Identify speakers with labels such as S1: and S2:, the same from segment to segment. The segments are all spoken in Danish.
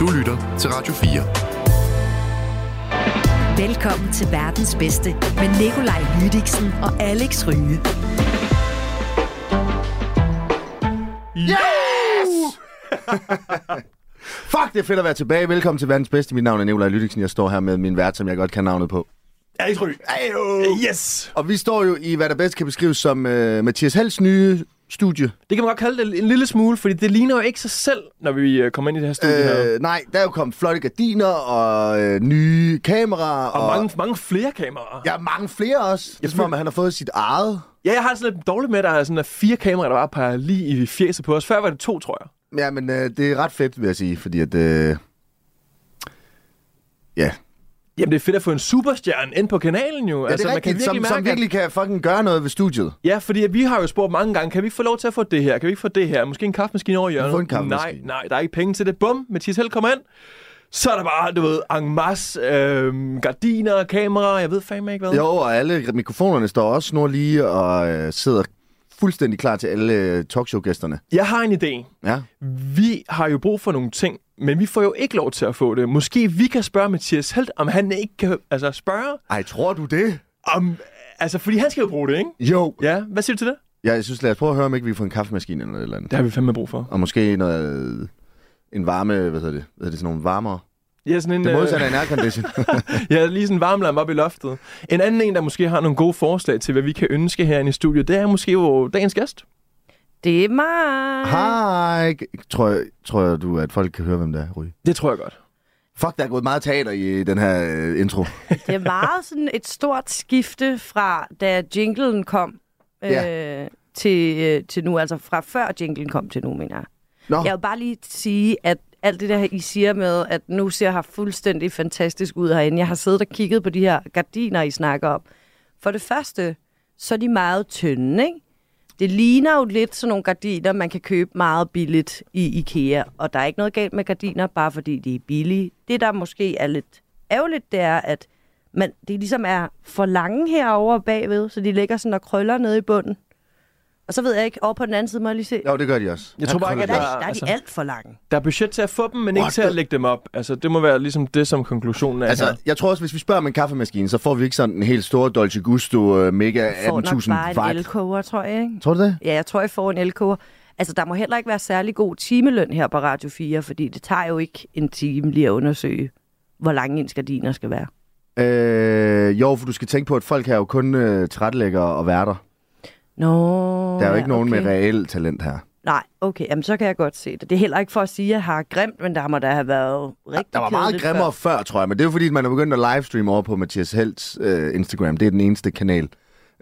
S1: Du lytter til Radio 4.
S2: Velkommen til verdens bedste med Nikolaj Lydiksen og Alex Ryge.
S3: Yes! Fuck, det er fedt at være tilbage. Velkommen til verdens bedste. Mit navn er Nicolaj Lydiksen. Jeg står her med min vært, som jeg godt kan navnet på.
S4: Alex Ryg.
S3: Ayo!
S4: Yes!
S3: Og vi står jo i, hvad der bedst kan beskrives som øh, Mathias Hals nye studie.
S4: Det kan man godt kalde det en lille smule, fordi det ligner jo ikke sig selv, når vi øh, kommer ind i det her studie øh, her.
S3: Øh, nej, der er jo kommet flotte gardiner og øh, nye kameraer.
S4: Og mange, mange flere kameraer.
S3: Ja, mange flere også. Det er
S4: Jeg
S3: som om,
S4: føler-
S3: at han har fået sit eget.
S4: Ja, jeg har det sådan lidt dårligt med, at der er sådan at fire kameraer, der bare peger lige i fjeset på os. Før var det to, tror jeg.
S3: Ja, men øh, det er ret fedt, vil jeg sige, fordi at... Øh... Ja,
S4: Jamen, det er fedt at få en superstjerne ind på kanalen jo.
S3: Ja,
S4: Altså,
S3: det er rigtigt,
S4: virkelig
S3: som, som
S4: at-
S3: virkelig kan fucking gøre noget ved studiet.
S4: Ja, fordi at vi har jo spurgt mange gange, kan vi ikke få lov til at få det her? Kan vi ikke få det her? Måske en kaffemaskine over i hjørnet?
S3: Få en kaffemaskine.
S4: Nej, nej, der er ikke penge til det. Bum, Mathias Held kommer ind. Så er der bare, du ved, en masse øh, gardiner, kameraer, jeg ved fandme ikke hvad.
S3: Jo, og alle mikrofonerne står også snor lige og øh, sidder fuldstændig klar til alle øh, talkshow-gæsterne.
S4: Jeg har en idé.
S3: Ja.
S4: vi har jo brug for nogle ting, men vi får jo ikke lov til at få det. Måske vi kan spørge Mathias Helt, om han ikke kan altså, spørge,
S3: Ej, tror du det?
S4: om, altså, fordi han skal jo bruge det, ikke?
S3: Jo.
S4: Ja, hvad siger du til det?
S3: Ja, jeg synes, lad os prøve at høre, om ikke vi får en kaffemaskine eller noget eller andet.
S4: Det har vi fandme brug for.
S3: Og måske noget... øh, En varme, hvad hedder det? Hvad hedder det sådan nogle varmere?
S4: Ja, sådan en,
S3: Det modsatte af
S4: øh,
S3: en aircondition.
S4: ja, lige sådan en varmlamp op i loftet. En anden en, der måske har nogle gode forslag til, hvad vi kan ønske herinde i studiet, det er måske jo dagens gæst.
S5: Det er mig.
S3: Hej. Tror, jeg- tror jeg, du, at folk kan høre, hvem der er, Ry?
S4: Det tror jeg godt.
S3: Fuck, der er gået meget teater i øh, den her øh, intro.
S5: Det er meget sådan et stort skifte fra, da jinglen kom øh, til, øh, til nu. Altså fra før jinglen kom til nu, mener jeg.
S3: Nå,
S5: Jeg vil bare lige sige, at alt det der, I siger med, at nu ser her fuldstændig fantastisk ud herinde. Jeg har siddet og kigget på de her gardiner, I snakker om. For det første, så er de meget tynde, ikke? Det ligner jo lidt sådan nogle gardiner, man kan købe meget billigt i IKEA. Og der er ikke noget galt med gardiner, bare fordi de er billige. Det, der måske er lidt ærgerligt, det er, at man, det ligesom er for lange herovre bagved, så de ligger sådan og krøller nede i bunden. Og så ved jeg ikke, over på den anden side må jeg lige se.
S3: jo, det gør de også.
S4: Jeg tror bare ikke,
S3: kommer
S4: at
S5: Der,
S3: de.
S5: er- der er
S4: altså-
S5: de alt for lange.
S4: Der er budget til at få dem, men ikke
S3: What
S4: til at
S3: the-
S4: lægge dem op. Altså, det må være ligesom det, som konklusionen er her.
S3: Altså, jeg tror også, hvis vi spørger om en kaffemaskine, så får vi ikke sådan en helt stor Dolce Gusto øh, mega 18.000
S5: får nok bare en
S3: vibe.
S5: elkoger, tror jeg, ikke?
S3: Tror du det?
S5: Ja, jeg tror, jeg får en elkoger. Altså, der må heller ikke være særlig god timeløn her på Radio 4, fordi det tager jo ikke en time lige at undersøge, hvor lange ens gardiner skal være.
S3: Øh, jo, for du skal tænke på, at folk her jo kun øh, tilrettelægger og værter.
S5: Nå,
S3: Der er jo
S5: ja,
S3: ikke nogen
S5: okay.
S3: med reelt talent her.
S5: Nej, okay, jamen så kan jeg godt se det. Det er heller ikke for at sige, at jeg har grimt, men der må da have været rigtig
S3: Der var meget
S5: kedeligt før.
S3: grimmere før, tror jeg, men det er jo fordi, man er begyndt at livestreame over på Mathias Helts øh, Instagram. Det er den eneste kanal,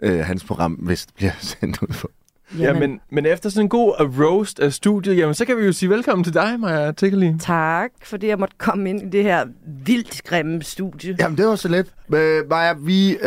S3: øh, hans program vist bliver sendt ud på.
S4: Ja, men, men efter sådan en god uh, roast af studiet, jamen, så kan vi jo sige velkommen til dig, Maja Tikkeli.
S5: Tak, fordi jeg måtte komme ind i det her vildt grimme studie. Ja.
S3: Jamen, det var så let. Øh, Maja, vi,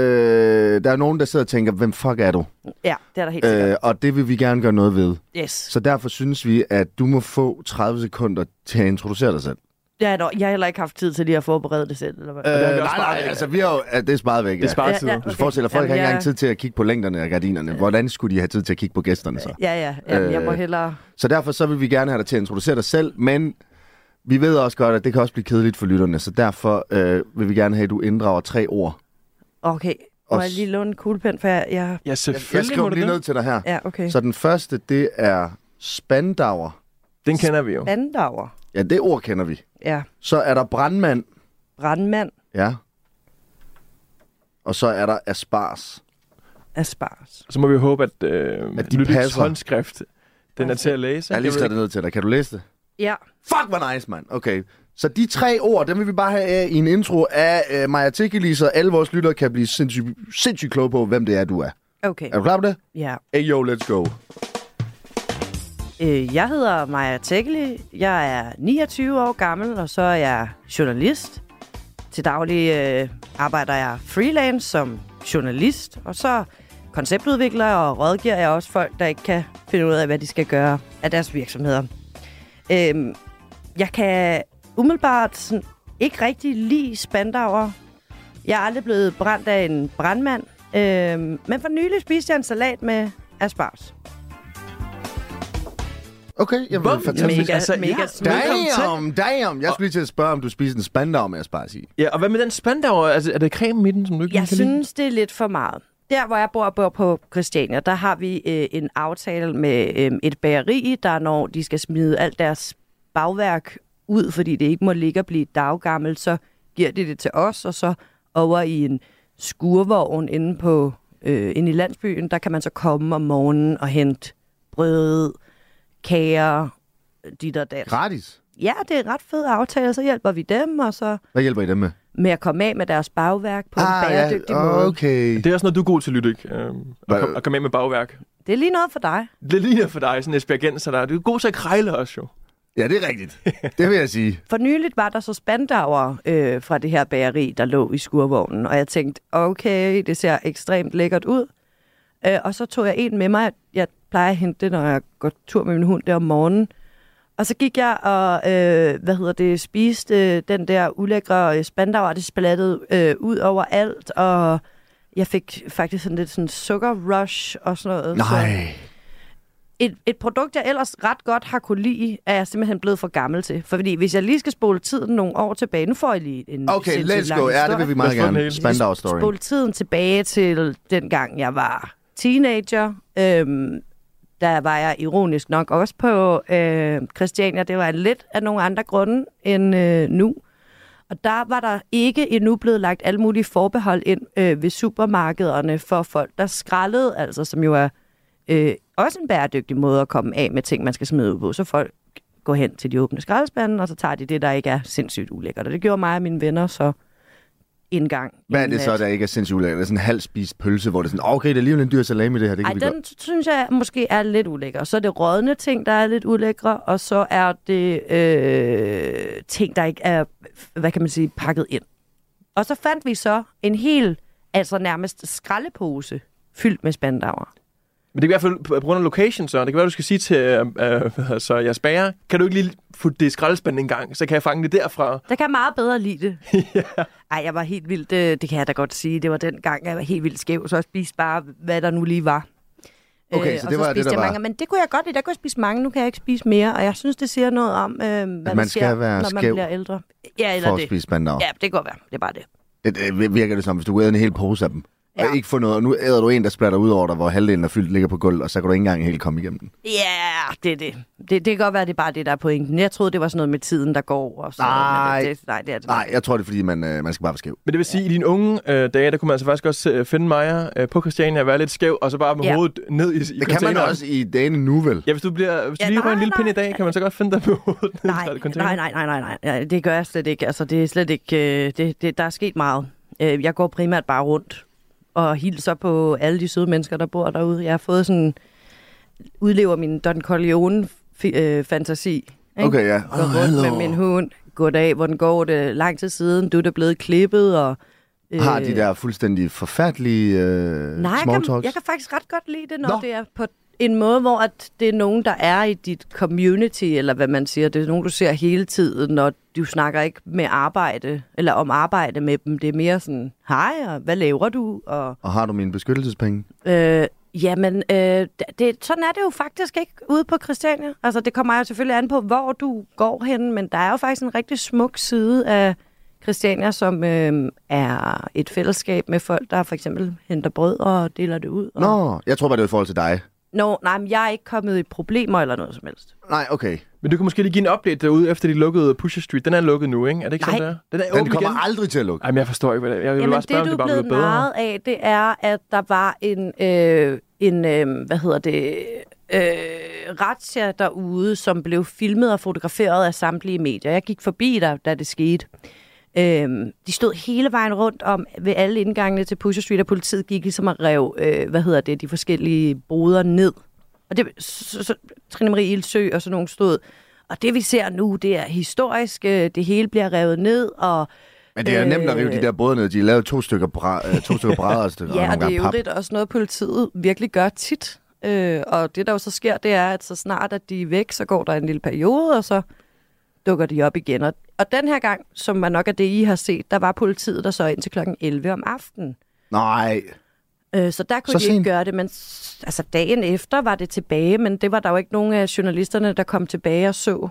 S3: øh, der er nogen, der sidder og tænker, hvem fuck er du?
S5: ja, det er der helt sikkert.
S3: Øh, og det vil vi gerne gøre noget ved.
S5: Yes.
S3: Så derfor synes vi, at du må få 30 sekunder til at introducere dig selv.
S5: Jeg, er dog, jeg har heller ikke haft tid til lige at forberede det selv. Eller hvad?
S3: Øh,
S4: det har
S3: nej,
S4: vi også
S3: nej,
S4: sparet væk.
S3: altså vi har jo, ja, det er sparet væk.
S4: Det er sparet tid.
S5: Ja, ja.
S3: Du
S5: Okay.
S3: forestiller folk
S5: Jamen,
S3: har ikke
S5: jeg-
S3: engang tid til at kigge på længderne af gardinerne. Hvordan skulle de have tid til at kigge på gæsterne så?
S5: Ja, ja. Jamen, øh, jeg må
S3: Øh,
S5: hellere...
S3: Så derfor så vil vi gerne have dig til at introducere dig selv, men vi ved også godt, at det kan også blive kedeligt for lytterne, så derfor øh, vil vi gerne have, at du inddrager tre ord.
S5: Okay, må
S3: Og
S5: jeg
S3: s-
S5: lige låne en kuglepen, for jeg... jeg...
S4: Ja,
S3: Jeg, jeg
S4: selvfølgelig må
S3: skriver
S4: du
S3: lige
S4: det.
S3: ned til dig her.
S5: Ja, okay.
S3: Så den første, det er spandauer.
S4: Den kender vi jo.
S5: Bandager.
S3: Ja, det ord kender vi.
S5: Ja,
S3: Så er der brandmand.
S5: brandmand
S3: Ja. Og så er der aspars.
S5: af spars.
S4: Så må vi håbe, at, øh,
S3: At de
S4: Lydiks
S3: passer.
S4: håndskrift, den er til at læse.
S3: Jeg har lige
S4: ved
S3: skrevet det ned til dig. Kan du læse det?
S5: Ja,
S3: Fuck, hvor nice, mand. Okay. Så de tre ord, dem vil vi bare have af i en intro af øh, Maja Tikkeli, så alle vores lyttere kan blive sindssygt sindssyg kloge på, hvem det er, du er.
S5: okay.
S3: Er du klar på det?
S5: Ja.
S3: Hey, yo, let's go.
S5: Øh, jeg hedder Maja Tækkeli. Jeg er 29 år gammel, og så er jeg journalist. Til daglig øh, arbejder jeg freelance som journalist, og så konceptudvikler og rådgiver jeg også folk, der ikke kan finde ud af, hvad de skal gøre af deres virksomheder. Øhm, jeg kan umiddelbart sådan, ikke rigtig lide spandauer. Jeg er aldrig blevet brændt af en brandmand, øhm, men for nylig spiste jeg en salat med asparges.
S3: Okay, jamen,
S4: Bum.
S3: fantastisk.
S5: Mega,
S4: altså,
S5: altså,
S4: ja.
S5: mega ja.
S4: Velkommen til.
S3: Damn, damn. Jeg skulle lige til at spørge, om du spiser en spandau, men jeg skal bare sige.
S4: Ja, og hvad med den spandauer? Altså, er det creme i den, som du ikke
S5: Jeg
S4: kan lide?
S5: synes, det er lidt for meget. Der, hvor jeg bor, bor på Christiania, der har vi øh, en aftale med øh, et bageri, der når de skal smide alt deres bagværk ud, fordi det ikke må ligge og blive daggammelt, så giver de det til os, og så over i en skurvogn inde, på, øh, inde i landsbyen, der kan man så komme om morgenen og hente brød, kager, dit og dat.
S3: Gratis.
S5: Ja, det er en ret fed aftale, så hjælper vi dem, og så
S3: Hvad hjælper I dem med?
S5: med at komme af med deres bagværk på ah, en bæredygtig ja. måde.
S3: okay.
S4: Det er også noget, du er god til, Lydik. Øhm, at,
S3: Hvad?
S4: kom, at komme af med bagværk.
S5: Det er lige noget for dig.
S4: Det ligner for dig, sådan en aspergenser der. Du er god til at krejle også, jo.
S3: Ja, det er rigtigt. Det vil jeg sige.
S5: For nyligt var der så spandauer øh, fra det her bageri, der lå i skurvognen, og jeg tænkte, okay, det ser ekstremt lækkert ud. Øh, og så tog jeg en med mig. Jeg plejer at hente det, når jeg går tur med min hund der om morgenen. Og så gik jeg og, øh, hvad hedder det, spiste øh, den der ulækre øh, spandauer, og det splattede øh, ud over alt, og jeg fik faktisk sådan lidt sådan sukker-rush og sådan noget. Så
S3: Nej.
S5: et, et produkt, jeg ellers ret godt har kunne lide, er jeg simpelthen blevet for gammel til. For fordi hvis jeg lige skal spole tiden nogle år tilbage, nu får I lige en
S3: Okay,
S5: sindssygt
S3: let's
S5: lang
S3: go. Ja, det
S5: historie.
S3: vil vi meget
S4: Lad os få den
S3: gerne.
S4: hele.
S3: Spandau story.
S5: Spole tiden tilbage til dengang jeg var teenager. Øhm, der var jeg ironisk nok også på øh, Christiania. Det var lidt af nogle andre grunde end øh, nu. Og der var der ikke endnu blevet lagt alle mulige forbehold ind øh, ved supermarkederne for folk, der skraldede, altså som jo er øh, også en bæredygtig måde at komme af med ting, man skal smide ud på. Så folk går hen til de åbne skraldespanden, og så tager de det, der ikke er sindssygt ulækkert. Og det gjorde mig og mine venner så en gang.
S3: Hvad er det så, der ikke er sindssygt ulækkert? Det er sådan en halv spist pølse, hvor det er sådan, okay, det er alligevel en dyr salami, det her. Det kan
S5: Ej,
S3: vi
S5: den
S3: godt.
S5: synes jeg måske er lidt ulækker. Så er det rådne ting, der er lidt ulækre, og så er det øh, ting, der ikke er, hvad kan man sige, pakket ind. Og så fandt vi så en hel, altså nærmest skraldepose, fyldt med spandauer.
S4: Men det kan i hvert fald på på grund af location, så. Det kan være, du skal sige til øh, øh, altså, jeres bager, kan du ikke lige putte det i skraldespanden en gang, så kan jeg fange det derfra.
S5: Der kan jeg meget bedre lide det. Ej, jeg var helt vildt, øh, det kan jeg da godt sige, det var den gang, jeg var helt vildt skæv, så jeg spiste bare, hvad der nu lige var. Øh,
S3: Okay, så
S5: og
S3: det var det,
S5: spiste
S3: der
S5: jeg
S3: var.
S5: mange, men det kunne jeg godt lide. Der kunne jeg spise mange, nu kan jeg ikke spise mere. Og jeg synes, det siger noget om, øh, hvad man der
S3: man
S5: sker,
S3: skal være
S5: når man
S3: skæv
S5: bliver ældre. Ja,
S3: For
S5: eller
S3: at
S5: det.
S3: spise spandau.
S5: Ja, det kan godt være. Det er bare det.
S3: Det, det virker det som, hvis du æder en hel pose af dem.
S5: Ja.
S3: Og ikke få noget, og nu æder du en, der splatter ud over dig, hvor halvdelen af fyldt ligger på gulvet, og så kan du ikke engang helt komme igennem den.
S5: Ja, yeah, det er det. det. Det kan godt være, det er bare det, der er pointen. Jeg troede, det var sådan noget med tiden, der går. Og sådan
S3: Nej.
S5: Noget, men det, nej, det er det.
S3: Nej, jeg tror, det er, fordi man, øh, man skal bare være skæv.
S4: Men det vil sige, at i dine unge øh, dage, der kunne man altså faktisk også øh, finde mig øh, på Christiania og være lidt skæv, og så bare med
S5: Ja.
S4: hovedet ned i, i
S3: Det kan man
S4: containeren.
S3: også i dagene nu, vel?
S4: Ja, hvis du, bliver, hvis du
S5: Ja,
S4: lige
S5: nej,
S4: rører en lille
S5: nej.
S4: pind i dag, kan man så godt finde dig med hovedet ned i
S5: Nej, nej,
S4: containeren.
S5: nej, nej, nej, nej, nej, det gør jeg slet ikke. Altså, det er slet ikke, øh, det, det, der er sket meget. Øh, jeg går primært bare rundt og hilser på alle de søde mennesker, der bor derude. Jeg har fået sådan, udlever min Don Corleone-fantasi. ikke?
S3: Okay, ja.
S5: Går
S3: Åh,
S5: rundt med
S3: hallo.
S5: min hund. Goddag, hvordan går det? Lang tid siden, du er da blevet klippet, og... Øh,
S3: Har de der fuldstændig forfærdelige øh,
S5: Nej,
S3: small
S5: jeg kan,
S3: talks?
S5: jeg kan faktisk ret godt lide det, når
S3: Nå.
S5: Nå. det er på en måde, hvor at det er nogen, der er i dit community, eller hvad man siger. Det er nogen, du ser hele tiden, når du snakker ikke med arbejde, eller om arbejde med dem. Det er mere sådan, hej, og hvad laver du? Og,
S3: Og har du mine beskyttelsespenge?
S5: øh, jamen, øh, det, sådan er det jo faktisk ikke ude på Christiania. Altså, det kommer jo selvfølgelig an på, hvor du går hen, men der er jo faktisk en rigtig smuk side af Christiania, som øh, er et fællesskab med folk, der for eksempel henter brød og deler det ud. Og,
S3: Nå, jeg tror bare, det var i forhold til dig.
S5: Nå, nej, men jeg er ikke kommet i problemer eller noget som helst.
S3: Nej, okay.
S4: Men du kan måske lige give en update derude, efter de lukkede Pusher Street. Den er lukket nu, ikke? Er det ikke
S5: Nej.
S4: sådan, der? Den er
S3: Den
S4: åben
S3: kommer
S4: igen.
S3: aldrig til at lukke.
S4: Ej, men jeg forstår ikke, hvad det er. Jeg vil
S5: Jamen,
S4: bare spørge,
S5: det,
S4: om
S5: du
S4: det bare
S5: er blevet
S4: blev bedre.
S5: narret af, det er, at der var en, øh, en øh, hvad hedder det, øh, razzia derude, som blev filmet og fotograferet af samtlige medier. Jeg gik forbi der, da det skete. Øhm, de stod hele vejen rundt om ved alle indgangene til Pusher Street, og politiet gik ligesom og rev, øh, hvad hedder det, de forskellige boder ned. Og det, så, så, Trine Marie Ildsø og sådan nogen stod. Og det vi ser nu, det er historisk. øh, Det hele bliver revet ned, og
S3: Men det er nemt at rive de der både ned. De lavede to stykker, bra- øh, to stykker brædder og, stykker,
S5: Øh. Ja, og
S3: nogle
S5: det er
S3: gange
S5: jo
S3: pap.
S5: lidt også noget, politiet virkelig gør tit. Øh, og det, der jo så sker, det er, at så snart at de er væk, så går der en lille periode, og så dukker de op igen. Og, og den her gang, som er nok er det, I har set, der var politiet der så ind til kl. 11 om aftenen.
S3: Nej. Ah,
S5: Øh, så der kunne
S3: Så
S5: så de
S3: sent?
S5: ikke gøre det, men s- altså dagen efter var det tilbage, men det var der jo ikke nogen af journalisterne, der kom tilbage og så.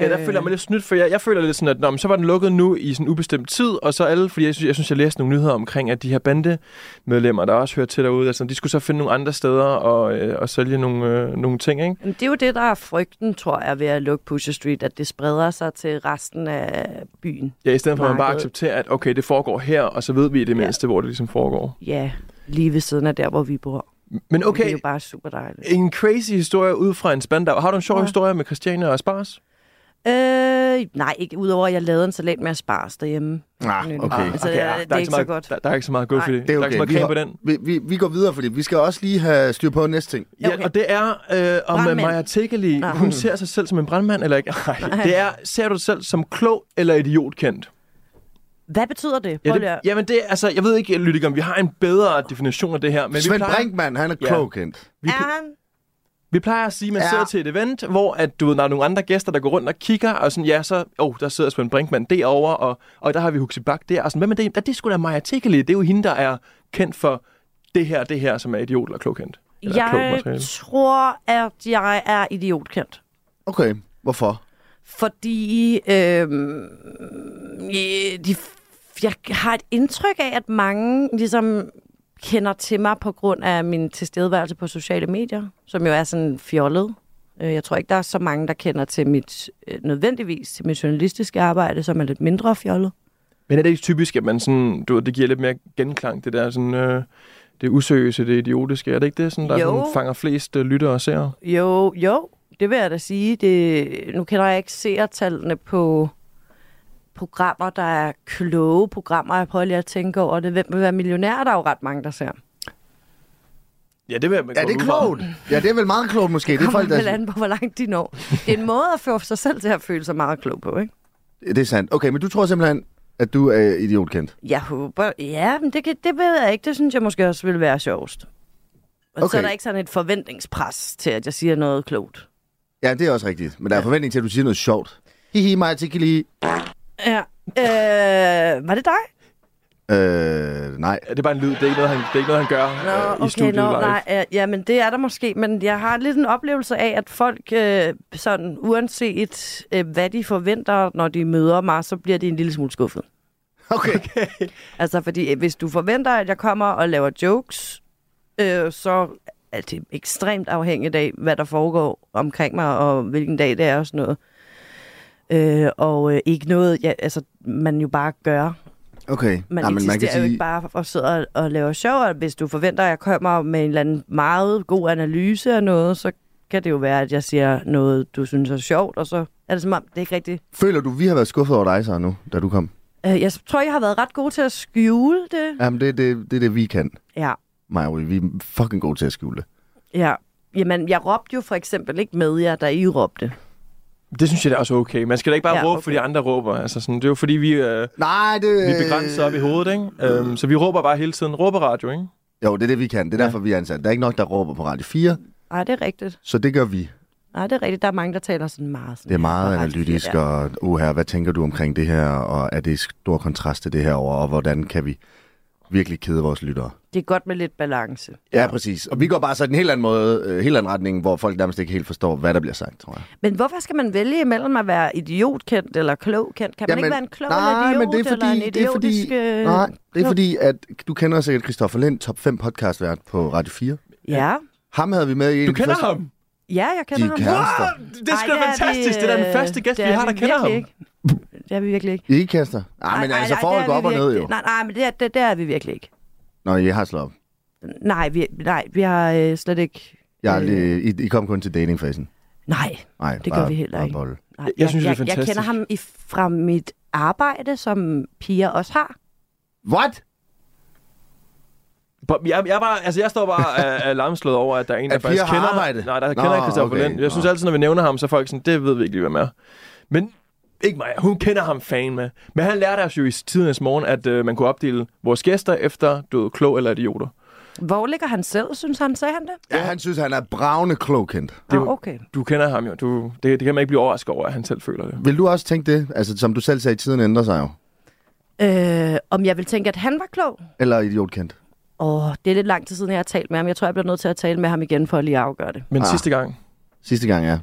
S4: Ja,
S5: øh,
S4: der føler jeg mig lidt snydt, for jeg, jeg føler lidt sådan, at nå, men så var den lukket nu i sådan ubestemt tid, og så alle, fordi jeg synes, jeg, synes, jeg læste nogle nyheder omkring, at de her bandemedlemmer, der også hører til derude, altså, de skulle så finde nogle andre steder og, øh, og sælge nogle, øh, nogle ting, ikke?
S5: Jamen, det er jo det, der er frygten, tror jeg, ved at lukke Pusher Street, at det spreder sig til resten af byen.
S4: Ja, i stedet for at man bare
S5: Markedet.
S4: accepterer, at okay, det foregår her, og så ved vi i det
S5: Ja.
S4: mindste, hvor det ligesom foregår.
S5: Ja, lige ved siden af der, hvor vi bor.
S4: Men
S5: Okay. Det er
S4: okay, Øh,
S5: jo bare super dejligt.
S4: en crazy historie ud fra en spandau. Har du en sjov ja.
S5: Ja.
S4: historie med Christiane og Spars?
S5: Øh, nej, ikke udover, at jeg lavede en salat med asparges derhjemme.
S3: Ah,
S5: Nylig.
S3: okay.
S5: Altså, ja, det er ikke så
S4: meget,
S5: godt.
S4: Der, der, er ikke så meget godt for
S5: Nej.
S4: det.
S3: Det er
S4: Der er ikke
S3: okay.
S4: så meget
S3: Vi,
S4: creme
S3: har,
S4: på den.
S3: vi, vi, vi går videre, fordi vi skal også lige have styr på næste ting.
S4: Ja,
S5: Okay.
S4: og det er, øh, om øh,
S5: Brandmænd.
S4: Maja Tegeli,
S5: Nå.
S4: hun ser sig selv som en brandmand eller ikke. Nej, det er, ser du dig selv som klog eller idiotkendt?
S5: Hvad betyder det?
S4: Ja,
S5: Prøv
S4: det,
S5: lige at-
S4: jamen det, altså, jeg ved ikke, Lydik, om vi har en bedre definition af det her, men vi
S3: Svend
S4: plejer,
S3: Brinkmann, han er
S4: Ja.
S3: klogkendt.
S4: vi,
S5: Er han?
S4: vi plejer at sige, at man
S3: Ja.
S4: ja. sidder til et event, hvor at, du ved, der er nogle andre gæster, der går rundt og kigger, og sådan, ja, så, oh, der sidder Svend Brinkmann derovre, og, og der har vi Huxi Bak der, og sådan, hvem er det? Ja, det er sgu da Maja Tegeli, det er jo hende, der er kendt for det her, det her, som er idiot eller klogkendt. Eller klogt
S5: Jeg
S4: materiale.
S5: tror, at jeg er idiotkendt.
S3: Okay, hvorfor?
S5: Fordi øh, de, jeg har et indtryk af, at mange ligesom kender til mig på grund af min tilstedeværelse på sociale medier, som jo er sådan fjollet. Øh, Jeg tror ikke, der er så mange, der kender til mit, øh, nødvendigvis til mit journalistiske arbejde, som er lidt mindre fjollet.
S4: Men er det ikke typisk, at man sådan, du ved, det giver lidt mere genklang, det der sådan, øh, det useriøse, det idiotiske? Er det ikke det, sådan, der
S5: Jo.
S4: sådan, fanger flest øh, lyttere og seere?
S5: Jo, jo, det vil jeg da sige. Det, nu kender jeg ikke seertallene på programmer, der er kloge programmer. Jeg prøver lige at tænke over det. Hvem vil være millionær? Der er jo ret mange, der ser.
S4: Ja, det vil jeg
S3: Ja, det er klogt. Ja, det er vel meget klogt måske. Det er, folk,
S5: Kommer vel
S3: der...
S5: an på, hvor langt de når. Det er en måde at få sig selv til at føle sig meget klog på, ikke?
S3: det er sandt. Okay, men du tror simpelthen, at du er idiotkendt.
S5: Jeg håber... Ja, men det, kan, det ved jeg ikke. Det synes jeg måske også ville være sjovest. Og okay. så
S3: Okay.
S5: er der ikke sådan et forventningspres til, at jeg siger noget klogt.
S3: Ja, det er også rigtigt. Men der er forventning til, at du siger noget sjovt. Hihi, mig til lige.
S5: Ja. Øh, var det dig?
S3: Øh, nej.
S4: Ja, det er bare en lyd. Det er ikke noget, han, det er ikke noget, han gør øh,
S5: Nå,
S4: i
S5: okay,
S4: studiet
S5: nå,
S4: live.
S5: nej, ja, ja, men det er der måske, men jeg har lidt en oplevelse af, at folk øh, sådan, uanset øh, hvad de forventer, når de møder mig, så bliver de en lille smule skuffet.
S3: Okay.
S5: Altså, fordi øh, hvis du forventer, at jeg kommer og laver jokes, øh, så er det ekstremt afhængigt af, hvad der foregår omkring mig, og hvilken dag det er og sådan noget. Øh, og øh, ikke noget, ja, altså, man jo bare gør.
S3: Okay.
S5: Man Nej, eksisterer man kan jo ikke bare og sidder og, og laver sjov, og hvis du forventer, at jeg kommer med en eller anden meget god analyse af noget, så kan det jo være, at jeg siger noget, du synes er sjovt, og så er det som om, det er ikke rigtigt.
S3: Føler du, vi har været skuffet over dig så nu, da du kom?
S5: Øh, jeg tror, jeg har været ret god til at skjule det.
S3: Jamen, det er det, det, er det, vi kan.
S5: Ja.
S3: Maja, vi er fucking gode til at skjule det.
S5: Ja. Jamen, jeg råbte jo for eksempel ikke med jer, da I råbte.
S4: Det synes jeg da også er okay. Man skal da ikke bare ja,
S5: Ja,
S4: råbe, okay.
S5: okay.
S4: fordi andre råber. Altså, sådan, det er jo fordi, vi, øh,
S3: Nej, det...
S4: vi begrænser op i hovedet, ikke? Øhm, så vi råber bare hele tiden. Råber radio, ikke?
S3: Jo, det er det, vi kan. Det er derfor, vi er ansat. Der er ikke nok, der råber på Radio 4,
S5: Nej, det er rigtigt.
S3: så det gør vi.
S5: Nej, det er rigtigt. Der er mange, der taler sådan meget. Sådan
S3: Det er meget
S5: her på Radio
S3: analytisk,
S5: 4,
S3: og uh, her, hvad tænker du omkring det her, og er det i stor kontrast til det her over, og hvordan kan vi virkelig kede vores lyttere?
S5: ja. Det er godt med lidt balance.
S3: Ja, præcis. Og vi går bare sådan en helt anden måde, øh, helt anden retning, hvor folk nærmest ikke helt forstår, hvad der bliver sagt, tror jeg.
S5: Men hvorfor skal man vælge imellem at være idiotkendt eller klogkendt? Kan man ikke være en klog eller idiot, eller en idiotisk... øh,
S3: nej, det er
S5: klog?
S3: fordi, at du kender sikkert Christoffer Lind, top 5 podcastvært på Radio 4.
S5: Ja.
S3: Ham havde vi med i en
S4: Du
S3: af de
S4: kender
S3: første-
S4: ham?
S5: ja, jeg
S3: De
S5: kender
S3: er
S5: ham.
S3: kærester.
S4: Det er sgu
S5: Ej,
S4: da fantastisk. Det er da den
S5: øh,
S4: første gæst,
S5: det
S4: vi
S5: er
S4: har, der kender ham.
S5: virkelig Ikke. Det er vi virkelig ikke.
S3: I er ikke kærester? Nej, men altså, forhold
S5: det
S3: går
S5: er
S3: op
S5: vi
S3: og ned
S5: virkelig-
S3: jo.
S5: Nej, nej, men det er, det, det er vi virkelig ikke.
S3: Nå, I har slået op.
S5: Nej, vi, nej, vi har øh, slet ikke...
S3: Jeg er
S5: øh,
S3: lige, I, I kom kun til datingfasen.
S5: Nej,
S3: Nej,
S5: Det gør vi heller ikke.
S3: Bolle.
S5: nej.
S4: Jeg- jeg synes, det er
S5: Jeg,
S4: fantastisk.
S5: jeg kender ham i, fra mit arbejde, som piger også har.
S3: What?
S4: Bo- Jeg, jeg, bare, altså jeg står bare øh, alarmslået over, at der er en, der
S3: At piger
S4: faktisk
S3: har
S4: kender...
S3: arbejde?
S4: Nej, der
S3: Nå,
S4: kender ikke Christoffer
S3: okay,
S4: Lind. Jeg synes
S3: nå.
S4: altid, når vi nævner ham, så er folk sådan, det ved vi ikke lige, hvem er. Men ikke mig. Hun kender ham fan med. Men han lærte os jo i tidernes morgen, at øh, man kunne opdele vores gæster efter, du ved, klog eller idioter.
S5: Hvor ligger han selv, synes han? Sagde han det?
S3: Ja, han synes, han er bravende klogkendt.
S5: det
S4: var-
S5: ah, okay.
S4: Du kender ham jo. Du, det, det kan man ikke blive overrasket over, at han selv føler det.
S3: Vil du også tænke det? Altså, som du selv sagde, tiden ændrer sig jo.
S5: Øh, om jeg vil tænke, at han var klog?
S3: Eller idiotkendt.
S5: Åh, det er lidt lang tid siden, jeg har talt med ham. Jeg tror, jeg bliver nødt til at tale med ham igen for at lige afgøre det.
S4: Men
S3: Ah.
S4: ah. sidste gang,
S3: Sidste gang, ja.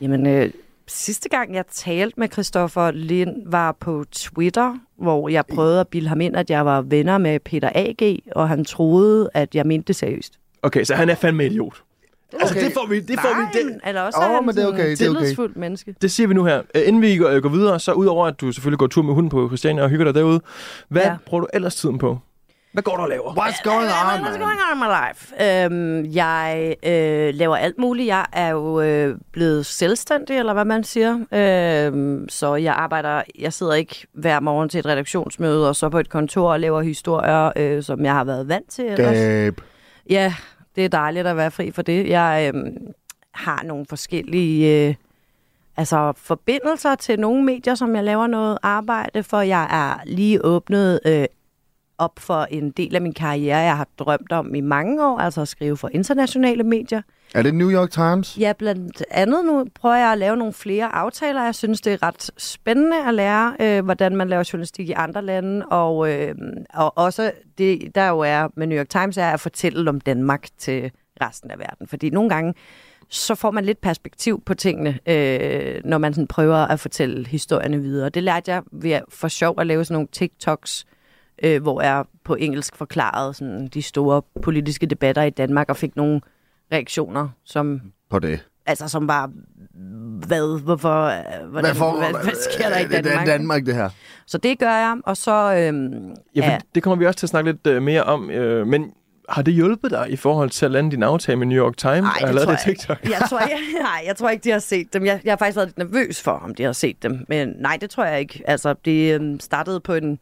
S5: Jamen, øh, sidste gang jeg talte med Christoffer Lind var på Twitter, hvor jeg prøvede at bilde ham ind, at jeg var venner med Peter A.G., og han troede, at jeg mente det seriøst.
S4: Okay, så han er fandme idiot. Okay. Altså,
S3: okay.
S4: det får vi, det får vi, det,
S5: Eller også
S3: Åh,
S5: er han
S3: men det er
S5: sådan
S3: okay,
S5: en
S3: det er okay.
S5: tillidsfuldt menneske.
S4: det siger vi nu her. Øh, Inden vi går, øh, går videre, så udover at du selvfølgelig går tur med hunden på Christiania og hygger dig derude, hvad
S5: Ja.
S4: ja. bruger du ellers tiden på? Hvad går du og laver?
S3: What's going on,
S5: What's
S3: man?
S5: going on in my life? Øhm, jeg øh, laver alt muligt. Jeg er jo øh, blevet selvstændig, eller hvad man siger. Øhm, så jeg arbejder, jeg sidder ikke hver morgen til et redaktionsmøde, og så på et kontor og laver historier, øh, som jeg har været vant til ellers.
S3: Dab.
S5: Ja, det er dejligt at være fri for det. Jeg øh, har nogle forskellige øh, altså forbindelser til nogle medier, som jeg laver noget arbejde for. Jeg er lige åbnet øh, op for en del af min karriere, jeg har drømt om i mange år, altså at skrive for internationale medier.
S3: Er det New York Times?
S5: Ja, blandt andet nu prøver jeg at lave nogle flere aftaler. Jeg synes, det er ret spændende at lære, øh, hvordan man laver journalistik i andre lande. Og, øh, og også det, der jo er med New York Times, er at fortælle om Danmark til resten af verden. Fordi nogle gange, så får man lidt perspektiv på tingene, øh, når man sådan prøver at fortælle historierne videre. Det lærte jeg ved at, for sjov at lave sådan nogle TikToks, øh, hvor jeg på engelsk forklarede sådan, de store politiske debatter i Danmark og fik nogle reaktioner, som
S3: På det.
S5: Altså som bare, hvad, hvorfor, øh, hvordan, hvad, for, hvad, hvad sker der i
S3: Øh, det er
S5: Danmark?
S3: Danmark, det her.
S5: Så det gør jeg, og så, øhm,
S4: Ja, for
S5: ja.
S4: det kommer vi også til at snakke lidt øh, mere om, øh, men har det hjulpet dig i forhold til at lande din aftale med New York Times?
S5: Ej,
S4: at have
S5: det
S4: lavet
S5: tror
S4: det
S5: jeg
S4: TikTok?
S5: jeg tror, jeg, nej, jeg tror ikke, de har set dem. Jeg, jeg har faktisk været lidt nervøs for, om de har set dem, men nej, det tror jeg ikke. Altså, det øhm, startede på en,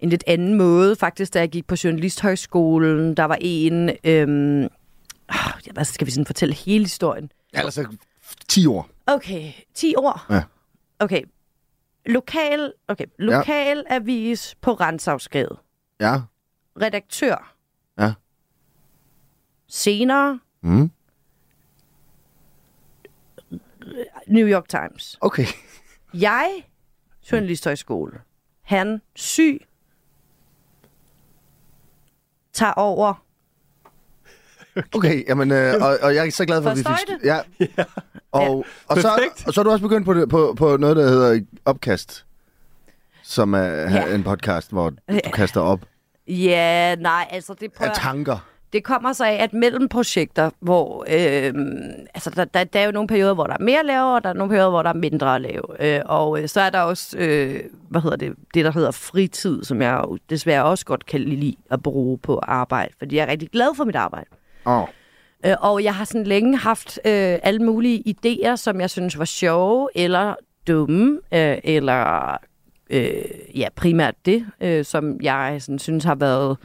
S5: en lidt anden måde, faktisk, da jeg gik på Journalisthøjskolen. Der var en, øhm, ah, ja, hvad skal vi sådan fortælle hele historien?
S3: Ellers så 10 år.
S5: Okay, 10 år.
S3: Ja.
S5: Okay. Lokal, okay. Lokal ja. avis på Rensavsgade.
S3: Ja.
S5: Redaktør.
S3: Ja.
S5: Senere
S3: Mm.
S5: New York Times.
S3: Okay.
S5: Jeg, journalisthøjskole. Han, syg. Tager over.
S3: Okay, jamen, øh, og, og jeg er så glad for, at vi
S5: Forstår I
S3: fik... Ja. Og, og, så,
S4: Perfekt.
S3: og så er du også begyndt på, det, på, på noget, der hedder Opkast, som er
S5: Ja.
S3: ja. en podcast, hvor du kaster op
S5: Ja, nej, altså det prøver...
S3: af tanker.
S5: Det kommer så af, at mellem projekter, hvor øh, altså, der, der, der er jo nogle perioder, hvor der er mere at lave, og der er nogle perioder, hvor der er mindre at lave. Øh, og øh, så er der også, øh, hvad hedder det, det der hedder fritid, som jeg jo desværre også godt kan lide at bruge på arbejde, fordi jeg er rigtig glad for mit arbejde.
S3: Åh, oh,
S5: Øh, og jeg har sådan længe haft øh, alle mulige idéer, som jeg synes var sjove, eller dumme, øh, eller øh, ja, primært det, øh, som jeg sådan, synes har været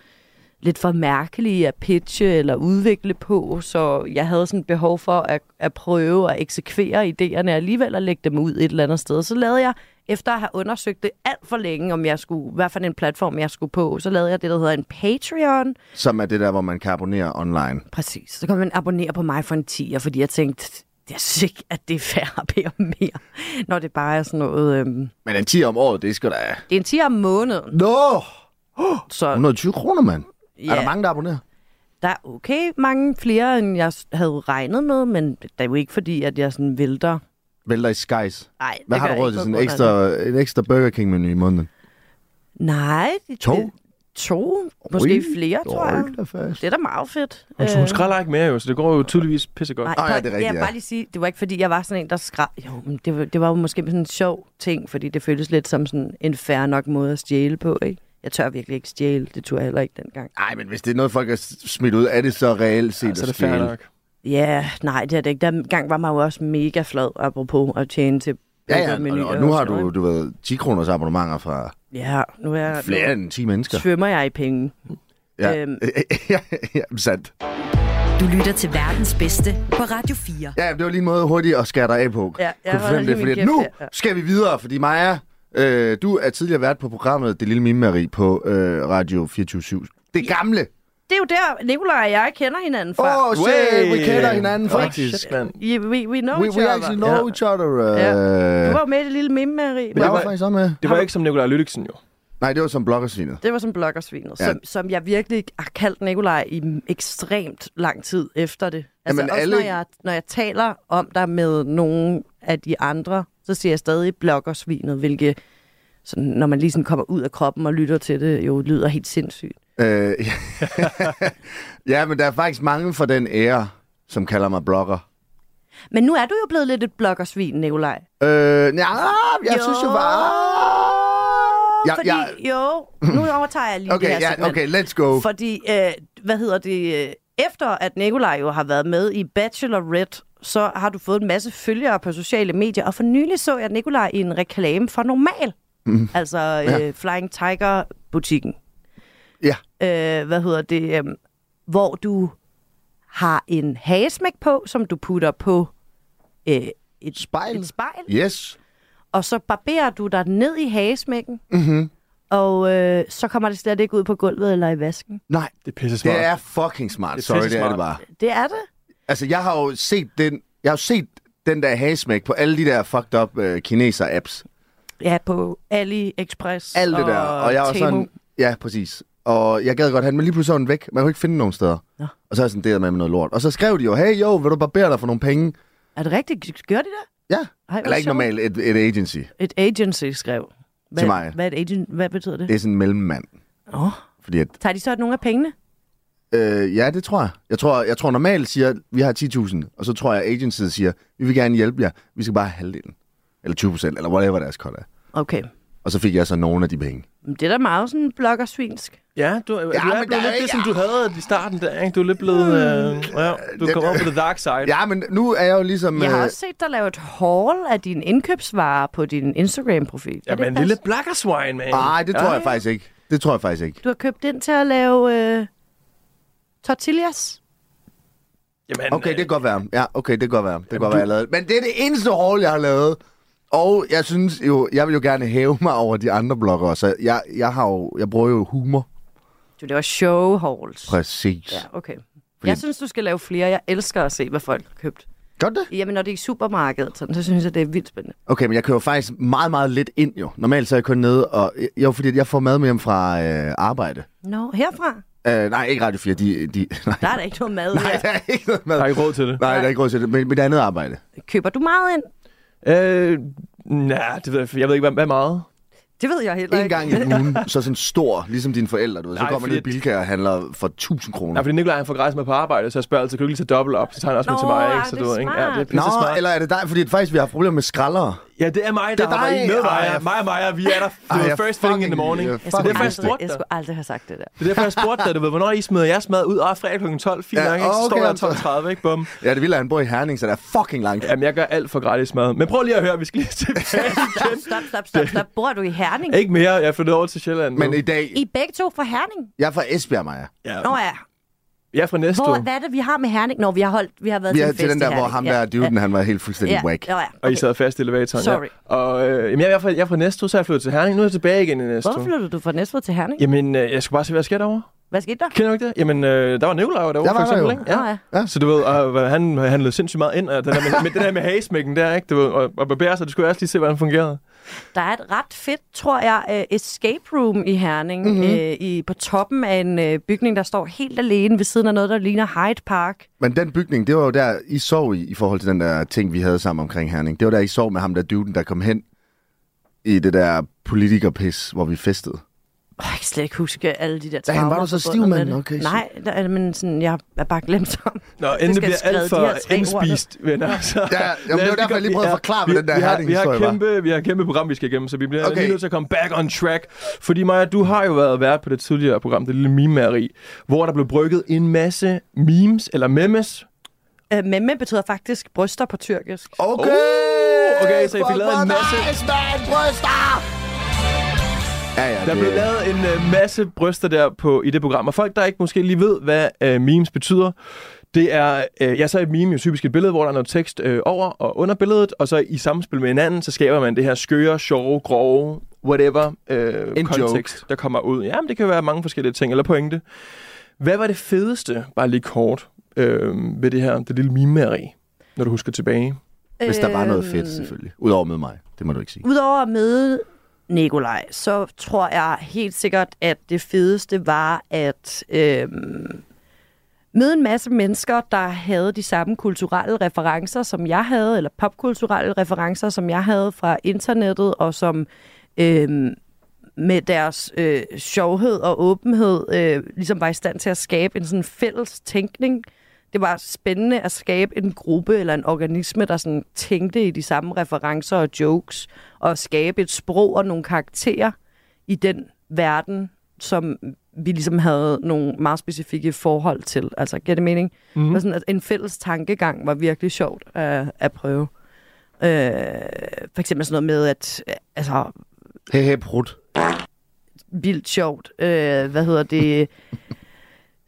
S5: lidt for mærkelige at pitche eller udvikle på, så jeg havde sådan behov for at, at prøve at eksekvere idéerne og alligevel at lægge dem ud et eller andet sted. Så lavede jeg, efter at have undersøgt det alt for længe, om jeg skulle, hvad for en platform jeg skulle på, så lavede jeg det, der hedder en Patreon,
S3: som er det der, hvor man kan abonnere online.
S5: Præcis. Så kan man abonnere på mig for en 10'er, fordi jeg tænkte, jeg synes ikke, at det er fair at bede om mere, når det bare er sådan noget... Øhm,
S3: Men en 10 om året, det skal da...
S5: det er en 10'er om måneden,
S3: Nå!
S5: så
S3: 120 kroner, mand. Ja. Er
S5: Ja.
S3: der mange, der abonnerer?
S5: der er okay mange flere, end jeg s- havde regnet med, men det er jo ikke fordi, at jeg sådan vælter.
S3: Vælter i skies.
S5: Nej,
S3: Hvad har du råd til sådan en ekstra, en ekstra Burger King-menu i måneden?
S5: Nej, det,
S3: To?
S5: Det, to, måske
S3: Ui,
S5: flere, tror jeg.
S3: Hold da fast.
S5: Det er da meget fedt.
S4: Hun, hun skralder ikke mere jo, så det går jo tydeligvis pissegodt.
S5: Nej,
S3: Åh, ja,
S5: prøv,
S3: det er
S5: vil
S3: rigtigt,
S5: jeg
S3: ja.
S5: bare lige sige, det var ikke fordi, jeg var sådan en, der skreg. Jo, men det, var- det var jo måske sådan en sjov ting, fordi det føltes lidt som sådan en fair nok måde at stjæle på, ikke? Jeg tør virkelig ikke stjæle, det turde jeg heller ikke dengang.
S3: Nej, men hvis det er noget, folk er s- smidt ud, er det så reelt set
S4: så er
S3: at
S4: det fair
S3: stjæle?
S4: nok.
S5: Ja, nej, det er det ikke. Dengang var man jo også mega flad, apropos at tjene til
S3: Ja, ja,
S5: menuer
S3: og, og nu har
S5: sådan
S3: du,
S5: noget,
S3: du ved, 10 kroners abonnementer fra
S5: ikke? Ja, nu er jeg...
S3: flere end 10 mennesker.
S5: Nu svømmer jeg i penge.
S3: Ja,
S5: Øhm.
S3: ja, ja sandt.
S2: Du lytter til verdens bedste på Radio 4.
S3: Ja, det var lige en måde hurtigt at skære dig af på.
S5: Ja, jeg
S3: Kunne du
S5: holder
S3: fornemme
S5: lige
S3: det,
S5: min
S3: fordi at nu
S5: kæft, ja, ja.
S3: skal vi videre, fordi Maja, øh, du er tidligere vært på programmet Det Lille Mimeri på øh, Radio 24 Det gamle.
S5: Det er jo der, Nicolaj og jeg kender hinanden fra.
S3: Åh, oh, shit, vi kender hinanden
S4: Way.
S3: faktisk.
S4: Shit, mand.
S5: Yeah, we, we know
S3: We,
S5: each
S3: we
S5: other.
S3: actually know
S4: Ja.
S3: each other. Øh,
S5: Ja.
S3: ja.
S5: Du var jo med i det lille mimme, Marie.
S3: Jeg
S4: det
S3: var
S4: var-
S3: faktisk også med.
S4: Det var ikke som Nikolaj Lydiksen jo.
S3: Nej, det var som bloggersvinet.
S5: Det var som bloggersvinet,
S3: Ja.
S5: ja. som, som jeg virkelig har kaldt Nikolaj i m- ekstremt lang tid efter det. Altså
S3: Jamen,
S5: også
S3: alle-
S5: når, jeg, når jeg taler om dig med nogle af de andre, så siger jeg stadig bloggersvinet, hvilket sådan, når man lige sådan kommer ud af kroppen og lytter til det, jo lyder helt sindssygt.
S3: Øh, ja, men der er faktisk mange fra den ære, som kalder mig blogger.
S5: Men nu er du jo blevet lidt et bloggersvin, Nikolaj.
S3: Øh, ja, jeg jo. synes jo bare...
S5: Ja,
S3: Ja,
S5: fordi,
S3: ja.
S5: ja. jo, nu overtager jeg lige det her
S3: Okay, ja,
S5: segment.
S3: okay, let's go.
S5: Fordi, øh, hvad hedder det, øh, efter at Nikolaj jo har været med i Bachelorette, så har du fået en masse følgere på sociale medier, og for nylig så jeg Nikolaj i en reklame for Normal, mm. altså øh, ja. Flying Tiger-butikken.
S3: Ja.
S5: Øh, hvad hedder det, øh, hvor du har en hagesmæk på, som du putter på øh, et
S3: Spejl.
S5: Et spejl
S3: Yes.
S5: og så barberer du dig ned i hagesmækken, mm-hmm. og øh, så kommer det slet ikke ud på gulvet eller i vasken.
S3: Nej,
S4: Det er pisse smart.
S3: det er fucking smart.
S4: Det er
S3: Sorry, det er
S4: pissesmart.
S3: det bare.
S5: Det er det.
S3: Altså, jeg har jo set den, jeg har jo set den der hagesmæk på alle de der fucked up øh, kineser-apps.
S5: Ja, på AliExpress
S3: Alt det der. Og jeg var
S5: Temu.
S3: sådan... Ja, præcis. Og jeg gad godt have den, men lige pludselig var den væk. Man kunne ikke finde den nogen steder.
S5: Nå.
S3: Og så er jeg sådan, det er med, med noget lort. Og så skrev de jo, hey, jo, vil du barbere dig for nogle penge?
S5: Er det rigtigt? Gør de det?
S3: Ja.
S5: Ej, hvor
S3: Eller ikke
S5: sjovt.
S3: normalt et, et agency.
S5: Et agency skrev. Hvad,
S3: Til mig.
S5: Hvad, er et agent, hvad betyder det?
S3: Det er sådan en mellemmand.
S5: Åh.
S3: Fordi at,
S5: Tager de så nogle af pengene?
S3: øh, ja, det tror jeg. Jeg tror, jeg tror normalt siger, vi har 10.000, og så tror jeg, agencyet siger, vi vil gerne hjælpe jer, vi skal bare have halvdelen. Eller 20 procent, eller whatever deres kold er.
S5: Okay.
S3: Og så fik jeg så nogle af de penge.
S5: Men Det er da meget sådan bloggersvinsk.
S4: Ja, du, ja, du
S3: men
S4: er
S3: der
S4: blevet
S3: er
S4: lidt det,
S3: ikke-
S4: som du havde i starten der, ikke? Du er lidt blevet... Øh, ja, du
S3: det-
S4: kommer op på the dark side.
S3: Ja, men nu er jeg jo ligesom...
S5: Jeg har
S3: øh,
S5: også set dig lave et haul af dine indkøbsvarer på din Instagram-profil. Er det
S4: Jamen,
S5: pas?
S4: lille blakkerswine, man.
S3: Nej, det tror
S4: Ja,
S3: jeg
S4: ja.
S3: faktisk ikke. Det tror jeg faktisk ikke.
S5: Du har købt ind til at lave øh, tortillas.
S4: Jamen, øh,
S3: Okay,
S5: øh,
S3: det kan godt være. Ja, okay, det kan godt være. Det kan godt
S4: du-
S3: være, jeg lavede. det. Men det er det eneste haul, jeg har lavet. Og jeg synes jo, jeg vil jo gerne hæve mig over de andre bloggere, så jeg, jeg, har jo, jeg bruger jo humor.
S5: Du laver show hauls.
S3: Præcis. Ja.
S5: Ja, okay. Jeg synes, du skal lave flere. Jeg elsker at se, hvad folk har købt.
S3: Gør det?
S5: Jamen, når det er i supermarkedet, sådan, så synes jeg, det er vildt spændende.
S3: Okay, men jeg kører faktisk meget, meget lidt ind jo. Normalt så er jeg kun nede, og jo, fordi jeg får mad med hjem fra øh, arbejde.
S5: Nå, herfra?
S3: Øh, nej, ikke Radio 4, de, de, nej,
S5: Der er der ikke noget mad Altså,
S3: nej,
S5: her.
S3: der er ikke noget mad.
S4: Der er
S3: Nej,
S4: ikke råd til det.
S3: der er ikke råd til det, men mit andet arbejde.
S5: Køber du meget ind?
S4: Øh, nej, det ved jeg, jeg ved ikke, hvad, hvad meget.
S5: Det ved jeg heller
S3: En
S5: ikke.
S3: gang i ugen, så sådan stor, ligesom dine forældre, du ved. Så
S4: Nej,
S3: kommer man ned i
S4: fordi-
S3: Bilka og handler for 1000 kroner.
S4: Nej, fordi Nikolaj han får gratis med på arbejde, så jeg spørger altid, kan du ikke lige tage dobbelt op? Så tager han også med
S5: Nå,
S4: til mig, ikke?
S5: ej,
S4: Så
S5: det
S4: du,
S5: er
S4: ikke? Ja,
S5: smart.
S4: det er pisse
S3: Nå,
S4: smart.
S3: eller er det dig? Fordi faktisk, vi har problemer med skraldere.
S4: Ja, det er mig,
S3: Det
S4: der
S3: er
S4: har
S3: dig.
S4: været med
S3: Ej,
S4: Maja.
S3: jeg-
S4: Mig og Maja, vi er der.
S3: Ej,
S4: Det
S3: jeg
S4: var first thing in the
S3: fucking-
S4: morning.
S3: jeg
S4: Det
S5: Jeg
S4: er
S5: skulle,
S4: derfor, jeg
S5: aldrig,
S4: spurgte
S5: jeg
S4: dig.
S5: skulle aldrig have sagt det der.
S4: Det er derfor, jeg spurgte dig, du ved, hvornår I smider jeres mad ud. Og fredag kl. 12, fint
S3: Ja,
S4: nok, ikke? Så står
S3: okay,
S4: jeg
S3: altså.
S4: 12.30, ikke? Bum.
S3: Ja, det ville han bor i Herning, så der er fucking langt.
S4: Jamen, jeg gør alt for gratis mad. Men prøv lige at høre, vi skal lige tilbage igen.
S5: Stop, stop, stop, stop. Bor du i Herning?
S4: Ikke mere, jeg er flyttet over til Sjælland
S3: Men
S4: nu.
S3: i dag,
S5: I er begge to fra Herning?
S3: jeg er fra Esbjerg, Maja.
S4: Ja.
S5: Nå ja.
S4: Jeg er fra Næstved.
S5: Hvor, hvad er det, vi har med Herning? Nå, vi har, holdt, vi har været
S3: Vi
S5: til
S3: er
S5: en fest
S3: til den der,
S5: i
S3: hvor
S5: Herning.
S3: ham der, dyden, han var helt fuldstændig
S5: ja.
S3: whack.
S5: Ja, ja.
S4: Og I
S5: Okay.
S4: sad fast i elevatoren,
S5: Sorry.
S4: ja. Og øh, jamen, jeg, er i hvert fald, jeg er fra Næstved, så er jeg flyttet til Herning. Nu er jeg tilbage igen i Næstved.
S5: Hvorfor flyttede du fra Næstved til Herning?
S4: Jamen, øh, jeg skulle bare se, hvad der sker derovre.
S5: Hvad skete der?
S4: Kender du ikke det? Jamen, øh, der var Nikolaj derovre,
S3: var
S4: for
S3: der
S4: eksempel,
S3: jo.
S4: ikke?
S5: Nå, ja.
S4: ja. Så du ved, og, hvad, han handlede sindssygt meget ind, og den der med, med, den der med hagesmækken der, ikke? Du ved, og, og barberer sig, det skulle jeg også lige se, hvordan den fungerede.
S5: Der er et ret fedt, tror jeg, øh, escape room i Herning,
S3: Mhm.
S5: mm-hmm. øh, i, på toppen af en øh, bygning, der står helt alene ved siden af noget, der ligner Hyde Park.
S3: Men den bygning, det var jo der, I sov i, i forhold til den der ting, vi havde sammen omkring Herning. Det var der, I sov med ham der dyden, der kom hen i det der politikerpis, hvor vi festede.
S5: Oh, jeg kan slet ikke huske alle de der
S3: Da han
S5: traumer
S3: var du så
S5: forbundet
S3: stiv,
S5: med
S3: mand.
S5: det.
S3: Okay, shit.
S5: Nej, der, er- men sådan, jeg er bare glemt om.
S4: Nå, inden det
S5: skal
S4: bliver
S5: have
S4: alt
S5: skrevet de her
S4: for
S5: tre ord ned.
S4: indspist, venner. Så
S3: Ja, jamen, det var
S4: Lad os
S3: derfor, jeg lige prøvede at
S4: ja,
S3: forklare, hvad den der
S4: vi har, vi har,
S3: Herning-historie var.
S4: kæmpe, vi har et kæmpe program, vi skal igennem, så vi bliver
S3: Okay.
S4: okay. lige nødt til at komme back on track. Fordi Maja, du har jo været vært på det tidligere program, det lille meme hvor der blev brygget en masse memes, eller memes.
S5: Øh, memme betyder faktisk bryster på tyrkisk.
S3: Okay!
S4: Uh, okay, så I fik
S3: Fuck,
S4: lavet en
S3: hvor
S4: masse-
S3: Nice, man, bryster! Ja, ja,
S4: Der
S3: det...
S4: blev lavet en øh, masse bryster der på, i det program, og folk, der ikke måske lige ved, hvad øh, memes betyder, det er, øh, ja, så er et meme jo typisk et billede, hvor der er noget tekst øh, over og under billedet, og så i samspil med hinanden, så skaber man det her skøre, sjove, grove, whatever, øh,
S3: En
S4: kontekst,
S3: joke.
S4: der kommer ud. Ja, men det kan være mange forskellige ting eller pointe. Hvad var det fedeste, bare lige kort, øh, ved det her, det lille mimeri, når du husker tilbage?
S3: Hvis der var noget
S5: Øhm,
S3: fedt, selvfølgelig. Udover med mig, det må du ikke sige.
S5: Udover at møde Nikolaj, så tror jeg helt sikkert, at det fedeste var at øh, møde en masse mennesker, der havde de samme kulturelle referencer, som jeg havde, eller popkulturelle referencer, som jeg havde fra internettet, og som øh, med deres øh, sjovhed og åbenhed øh, ligesom var i stand til at skabe en sådan fælles tænkning. Det var spændende at skabe en gruppe eller en organisme, der sådan tænkte i de samme referencer og jokes, og skabe et sprog og nogle karakterer i den verden, som vi ligesom havde nogle meget specifikke forhold til. Altså, giver det mening? Mm-hmm. Og sådan, at en fælles tankegang var virkelig sjovt øh, at prøve. Øh, for eksempel sådan noget med, at øh, altså,
S3: Hey, hey, brut.
S5: vildt sjovt. Øh, hvad hedder det?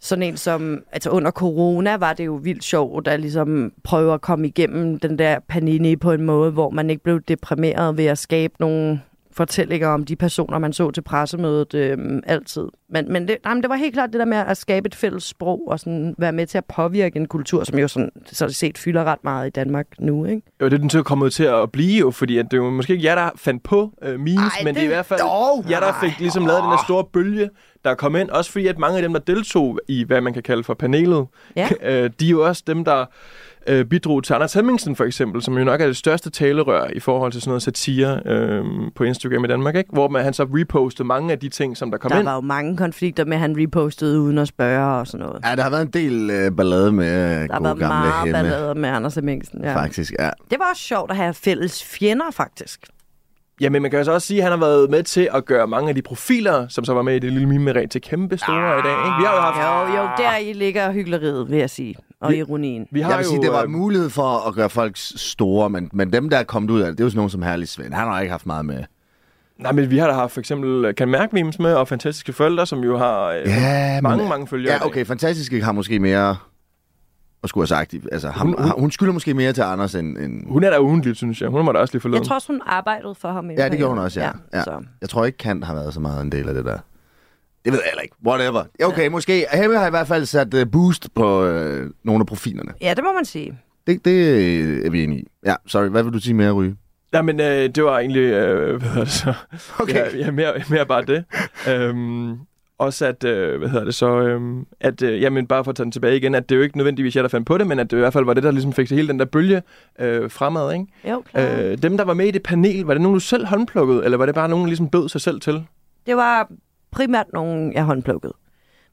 S5: Sådan en som, altså under corona var det jo vildt sjovt at ligesom prøve at komme igennem den der panini på en måde, hvor man ikke blev deprimeret ved at skabe nogle fortællinger om de personer, man så til pressemødet øh, altid. Men, men det, nej, men det var helt klart det der med at skabe et fælles sprog og sådan være med til at påvirke en kultur, som jo sådan, sådan set fylder ret meget i Danmark nu, ikke?
S4: Jo, det er den så kommet til at blive jo, fordi at det var måske ikke jer, der fandt på øh, memes, Ej,
S5: Ej,
S4: men det, er i
S5: det-
S4: hvert fald
S3: Dog!
S4: jer, der fik ligesom lavet den der store bølge, der kom ind. Også fordi, at mange af dem, der deltog i, hvad man kan kalde for panelet,
S5: Ja.
S4: øh, de er jo også dem, der øh, bidrog til Anders Hemmingsen for eksempel, som jo nok er det største talerør i forhold til sådan noget satire øh, på Instagram i Danmark, ikke? hvor man, han så repostede mange af de ting, som der kom
S5: Der
S4: ind.
S5: var jo mange konflikter med, at han repostede uden at spørge og sådan noget.
S3: Ja, der har været en del øh, ballade med øh,
S5: Der
S3: gode
S5: var
S3: gamle
S5: meget
S3: Hemme,
S5: ballader med Anders Hemmingsen. Ja.
S3: faktisk. Ja.
S5: Det var også sjovt at have fælles fjender, faktisk.
S4: Ja, men man kan jo så også sige, at han har været med til at gøre mange af de profiler, som så var med i det lille mimeret til kæmpe store i dag. Ikke? Vi har jo haft...
S5: Jo, jo, der i ligger hyggeleriet, vil jeg sige. Og ironien.
S4: Vi har
S3: Jeg vil
S4: jo,
S3: sige, det var
S4: øh,
S3: en mulighed for at gøre folk store, men, men dem, der er kommet ud af det, det er jo sådan nogen som Herlig Svend. Han har ikke haft meget med.
S4: Nej, men vi har da haft for eksempel øh, Kan Mærke Memes med, og Fantastiske Forældre, som jo har øh,
S3: Ja,
S4: mange,
S3: men-
S4: mange følgere. i
S3: Ja,
S4: dag.
S3: okay, fantastisk har måske mere at skulle have sagt. i- Altså, ham,
S4: Hun-
S3: hun,
S4: hun-
S3: hun, hun skylder måske mere til Anders end... end
S4: Hun er da ugentligt, synes jeg. Hun må da også lige forlade.
S5: Jeg tror også, hun arbejdede for ham. i en
S3: ja, det
S5: periode.
S3: gjorde hun også, ja. ja,
S5: Så.
S3: Jeg tror ikke, Kant har været så meget en del af det der. Det ved jeg heller ikke. Whatever. Ja, Okay, ja. måske. Hemme har i hvert fald sat øh, boost på øh, nogle af profilerne.
S5: ja det må man sige.
S3: Det, det øh, er vi enige i. Ja, sorry. Hvad vil du sige mere, Ryge?
S4: Ja, men øh, det var egentlig... Øh, hvad hedder det så?
S3: Okay.
S4: Ja, ja mere, mere bare det. øhm, også at, øh, hvad hedder det så, øhm, at, øh, jamen bare for at tage den tilbage igen, at det er jo ikke nødvendigvis jeg, der fandt på det, men at det i hvert fald var det, der ligesom fik hele den der bølge øh, fremad, ikke?
S5: Jo, klar. Øh.
S4: Øh, dem, der var med i det panel, var det nogen, du selv håndplukkede, eller var det bare nogen, der ligesom bød sig selv til?
S5: Det var primært nogen, jeg håndplukkede.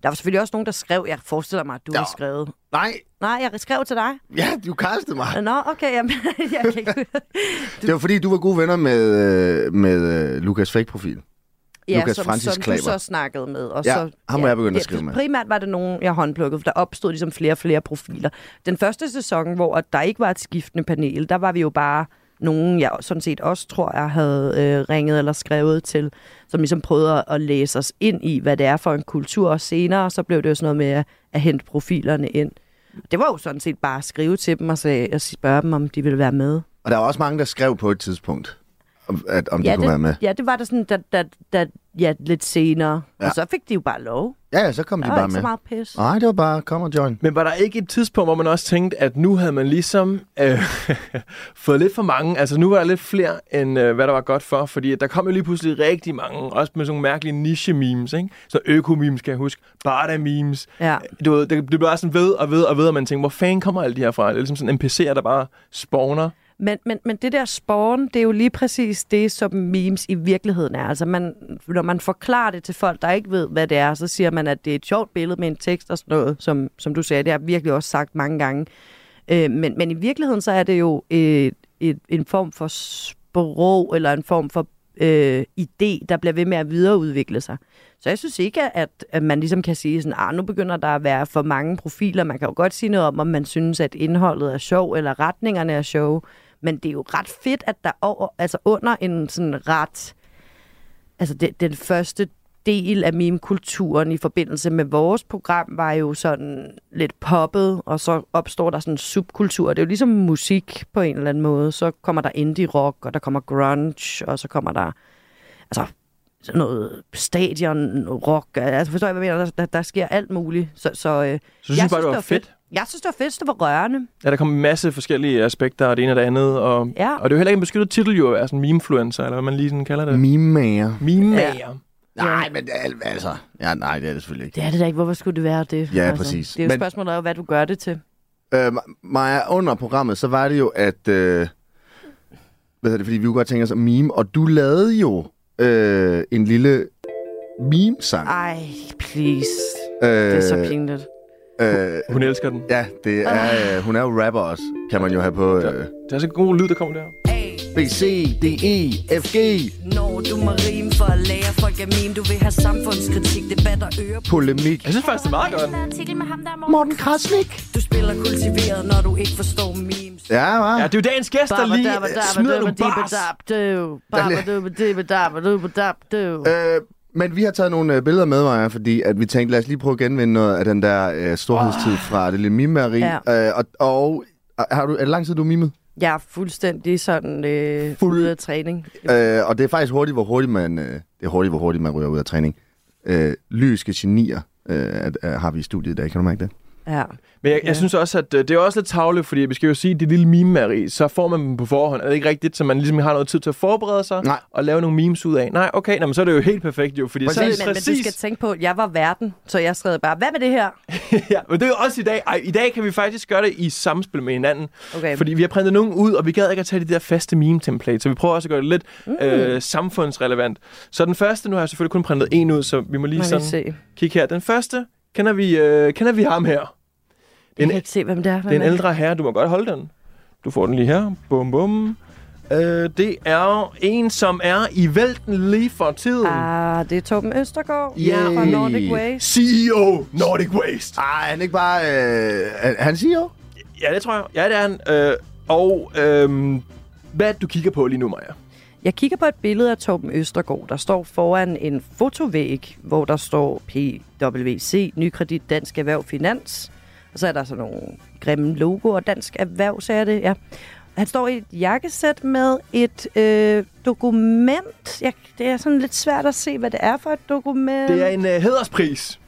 S5: Der var selvfølgelig også nogen, der skrev. Jeg forestiller mig, at du
S3: Ja.
S5: har skrevet.
S3: Nej,
S5: Nej, jeg skrev til dig.
S3: ja, du kastede mig.
S5: Nå, okay. Jamen, jeg kan ikke...
S3: Det var fordi, du var gode venner med, øh, med øh, Lukas Fake-profil.
S5: Ja,
S3: Lukas
S5: som,
S3: Francis
S5: som
S3: Klaver.
S5: du så snakkede med. Og
S3: Ja,
S5: så,
S3: ham må jeg begynde at skrive med.
S5: Primært var det nogen, jeg håndplukkede, for der opstod ligesom flere og flere profiler. Den første sæson, hvor at der ikke var et skiftende panel, der var vi jo bare nogen, jeg sådan set også tror, jeg havde øh, ringet eller skrevet til, som ligesom prøvede at- at læse os ind i, hvad det er for en kultur, og senere så blev det jo sådan noget med at, at hente profilerne ind. Det var jo sådan set bare at skrive til dem og, sag, og spørge dem, om de ville være med.
S3: Og der var også mange, der skrev på et tidspunkt, om- at, om de kunne
S5: det,
S3: være med.
S5: ja, det var der sådan, da, da, da, ja, lidt senere. Ja.
S3: Ja.
S5: Og så fik de jo bare lov.
S3: Ja, ja, så kom de
S5: Der var
S3: bare
S5: ikke så
S3: med.
S5: meget pis.
S3: Nej, det var bare, kom og join.
S4: Men var der ikke et tidspunkt, hvor man også tænkte, at nu havde man ligesom øh, fået lidt for mange? Altså nu var der lidt flere, end øh, hvad der var godt for, fordi at der kom jo lige pludselig rigtig mange, også med sådan nogle mærkelige niche-memes, ikke? Så øko-memes kan jeg huske, barda-memes.
S5: Ja.
S4: Du ved, det, det blev bare sådan ved og ved og ved, og man tænkte, hvor fanden kommer alle de her fra? Det er ligesom sådan NPC'er, der bare spawner.
S5: Men, men, men det der spawn, det er jo lige præcis det, som memes i virkeligheden er. Altså man, når man forklarer det til folk, der ikke ved, hvad det er, så siger man, at det er et sjovt billede med en tekst og sådan noget, som, som du sagde. Det har jeg virkelig også sagt mange gange. Øh, men, men i virkeligheden, så er det jo et, et, en form for sprog, eller en form for øh, idé, der bliver ved med at videreudvikle sig. Så jeg synes ikke, at, at man ligesom kan sige sådan, ah, nu begynder der at være for mange profiler. Man kan jo godt sige noget om, om man synes, at indholdet er sjov, eller retningerne er sjove. Men det er jo ret fedt, at der over, altså under en sådan ret, altså det, den første del af meme-kulturen i forbindelse med vores program var jo sådan lidt poppet, og så opstår der sådan en subkultur. Det er jo ligesom musik på en eller anden måde. Så kommer der indie-rock, og der kommer grunge, og så kommer der altså sådan noget stadion rock. Altså forstår jeg, hvad jeg mener? Der, der, der sker alt muligt. Så, så øh,
S4: Så synes jeg, bare, det var fedt.
S5: Jeg synes, det var fedt, det var rørende.
S4: Ja, der kom en masse forskellige aspekter, og det ene og det andet. Og,
S5: Ja.
S4: og det er jo heller ikke en beskyttet titel, jo, at være sådan memefluencer, eller hvad man lige sådan kalder det.
S3: Mimager.
S4: Memager.
S5: Ja.
S3: Nej, men al- altså... Ja, nej, det er det selvfølgelig ikke.
S5: Det er det da ikke. Hvorfor skulle det være det? Altså,
S3: Ja, præcis.
S5: Det er
S3: Men-
S5: jo Men... spørgsmålet er jo, hvad du gør det til.
S3: Øh, Maja, under programmet, så var det jo, at... Øh, hvad hedder det, fordi vi kunne godt tænke os at meme, og du lavede jo øh, en lille meme-sang.
S5: Ej, please.
S3: øh,
S5: Det er så pinligt.
S3: øh,
S4: Hun elsker den.
S3: Ja, det er, øh, hun er jo rapper også, kan man jo have på øh,
S4: Det er så god lyd, der kommer der.
S3: B, C, D, E, F, G.
S2: Når du må rime for at lære folk at meme, du vil have samfundskritik, debat og øre.
S3: Polemik.
S4: Jeg synes faktisk, det er meget godt.
S1: artikel med ham der morgen.
S3: Morten Krasnik.
S2: Du spiller kultiveret, når du ikke forstår memes.
S3: Ja, hva?
S4: Ja, det er jo dagens gæst, der lige øh, smider nogle bars.
S5: Babadabadabadabadabadabadabadabadabadabadabadabadabadabadabadabadabadabadabadabadabadabadabadabadabadabadabadabadabadabadabadabadabadabadabadabad
S3: Øh, men vi har taget nogle øh, billeder med, Maja, fordi at vi tænkte, lad os lige prøve at genvinde noget af den der øh, storhedstid oh. fra det lille mimeri.
S5: Ja.
S3: Øh, og, og har du, er det lang tid, du har mimet?
S5: Jeg er fuldstændig sådan øh,
S3: Fuld-
S5: ude af træning.
S3: Øh, og det er faktisk hurtigt, hvor hurtigt man, øh, det er hurtigt, hvor hurtigt man ryger ud af træning. Øh, lyriske genier øh, at, øh, har vi i studiet i dag, kan du mærke det?
S5: Ja.
S4: Men jeg, jeg synes også, at øh, det er også lidt tavle, fordi vi skal jo sige, at det lille meme så får man dem på forhånd. Er det ikke rigtigt, så man ligesom har noget tid til at forberede sig
S3: Nej.
S4: og lave nogle memes ud af? Nej, okay, nå, men så er det jo helt perfekt jo, fordi
S3: Præcis.
S4: så er
S5: Men,
S4: det
S5: men, men
S4: præcis...
S5: du skal tænke på, at jeg var verden, så jeg skrev bare, hvad med det her?
S4: Ja, men det er jo også i dag. Ej, i dag kan vi faktisk gøre det i samspil med hinanden.
S5: Okay.
S4: Fordi vi har printet nogen ud, og vi gad ikke at tage de der faste meme-templates, så vi prøver også at gøre det lidt mm. øh, samfundsrelevant. Så den første, nu har jeg selvfølgelig kun printet en ud, så vi må lige
S5: Man kan
S4: sådan
S5: se.
S4: kigge her. Den første, kender vi, øh, kender vi ham her? Det er
S5: Jeg
S4: en,
S5: kan ikke se, hvem det er.
S4: det er en ældre herre, du må godt holde den. Du får den lige her. Bum, bum. Øh, det er jo en, som er i vælten lige for tiden.
S5: Ah, det er Torben Østergaard
S3: Ja.
S5: fra Nordic Ways.
S4: CEO E Nordic Waste.
S3: Ej, han er ikke bare... Øh, er- han siger jo.
S4: Ja, det tror jeg. Ja, det er han. Øh, og øhm, hvad er det, du kigger på lige nu, Maja?
S5: Jeg kigger på et billede af Torben Østergaard, der står foran en fotovæg, hvor der står PWC, Nykredit, Dansk Erhverv, Finans. Og så er der sådan nogle grimme logoer, Dansk Erhverv, så er det, ja. Han står i et jakkesæt med et øh, dokument. Jeg, det er sådan lidt svært at se, hvad det er for et dokument.
S4: Det er en øh, hederspris.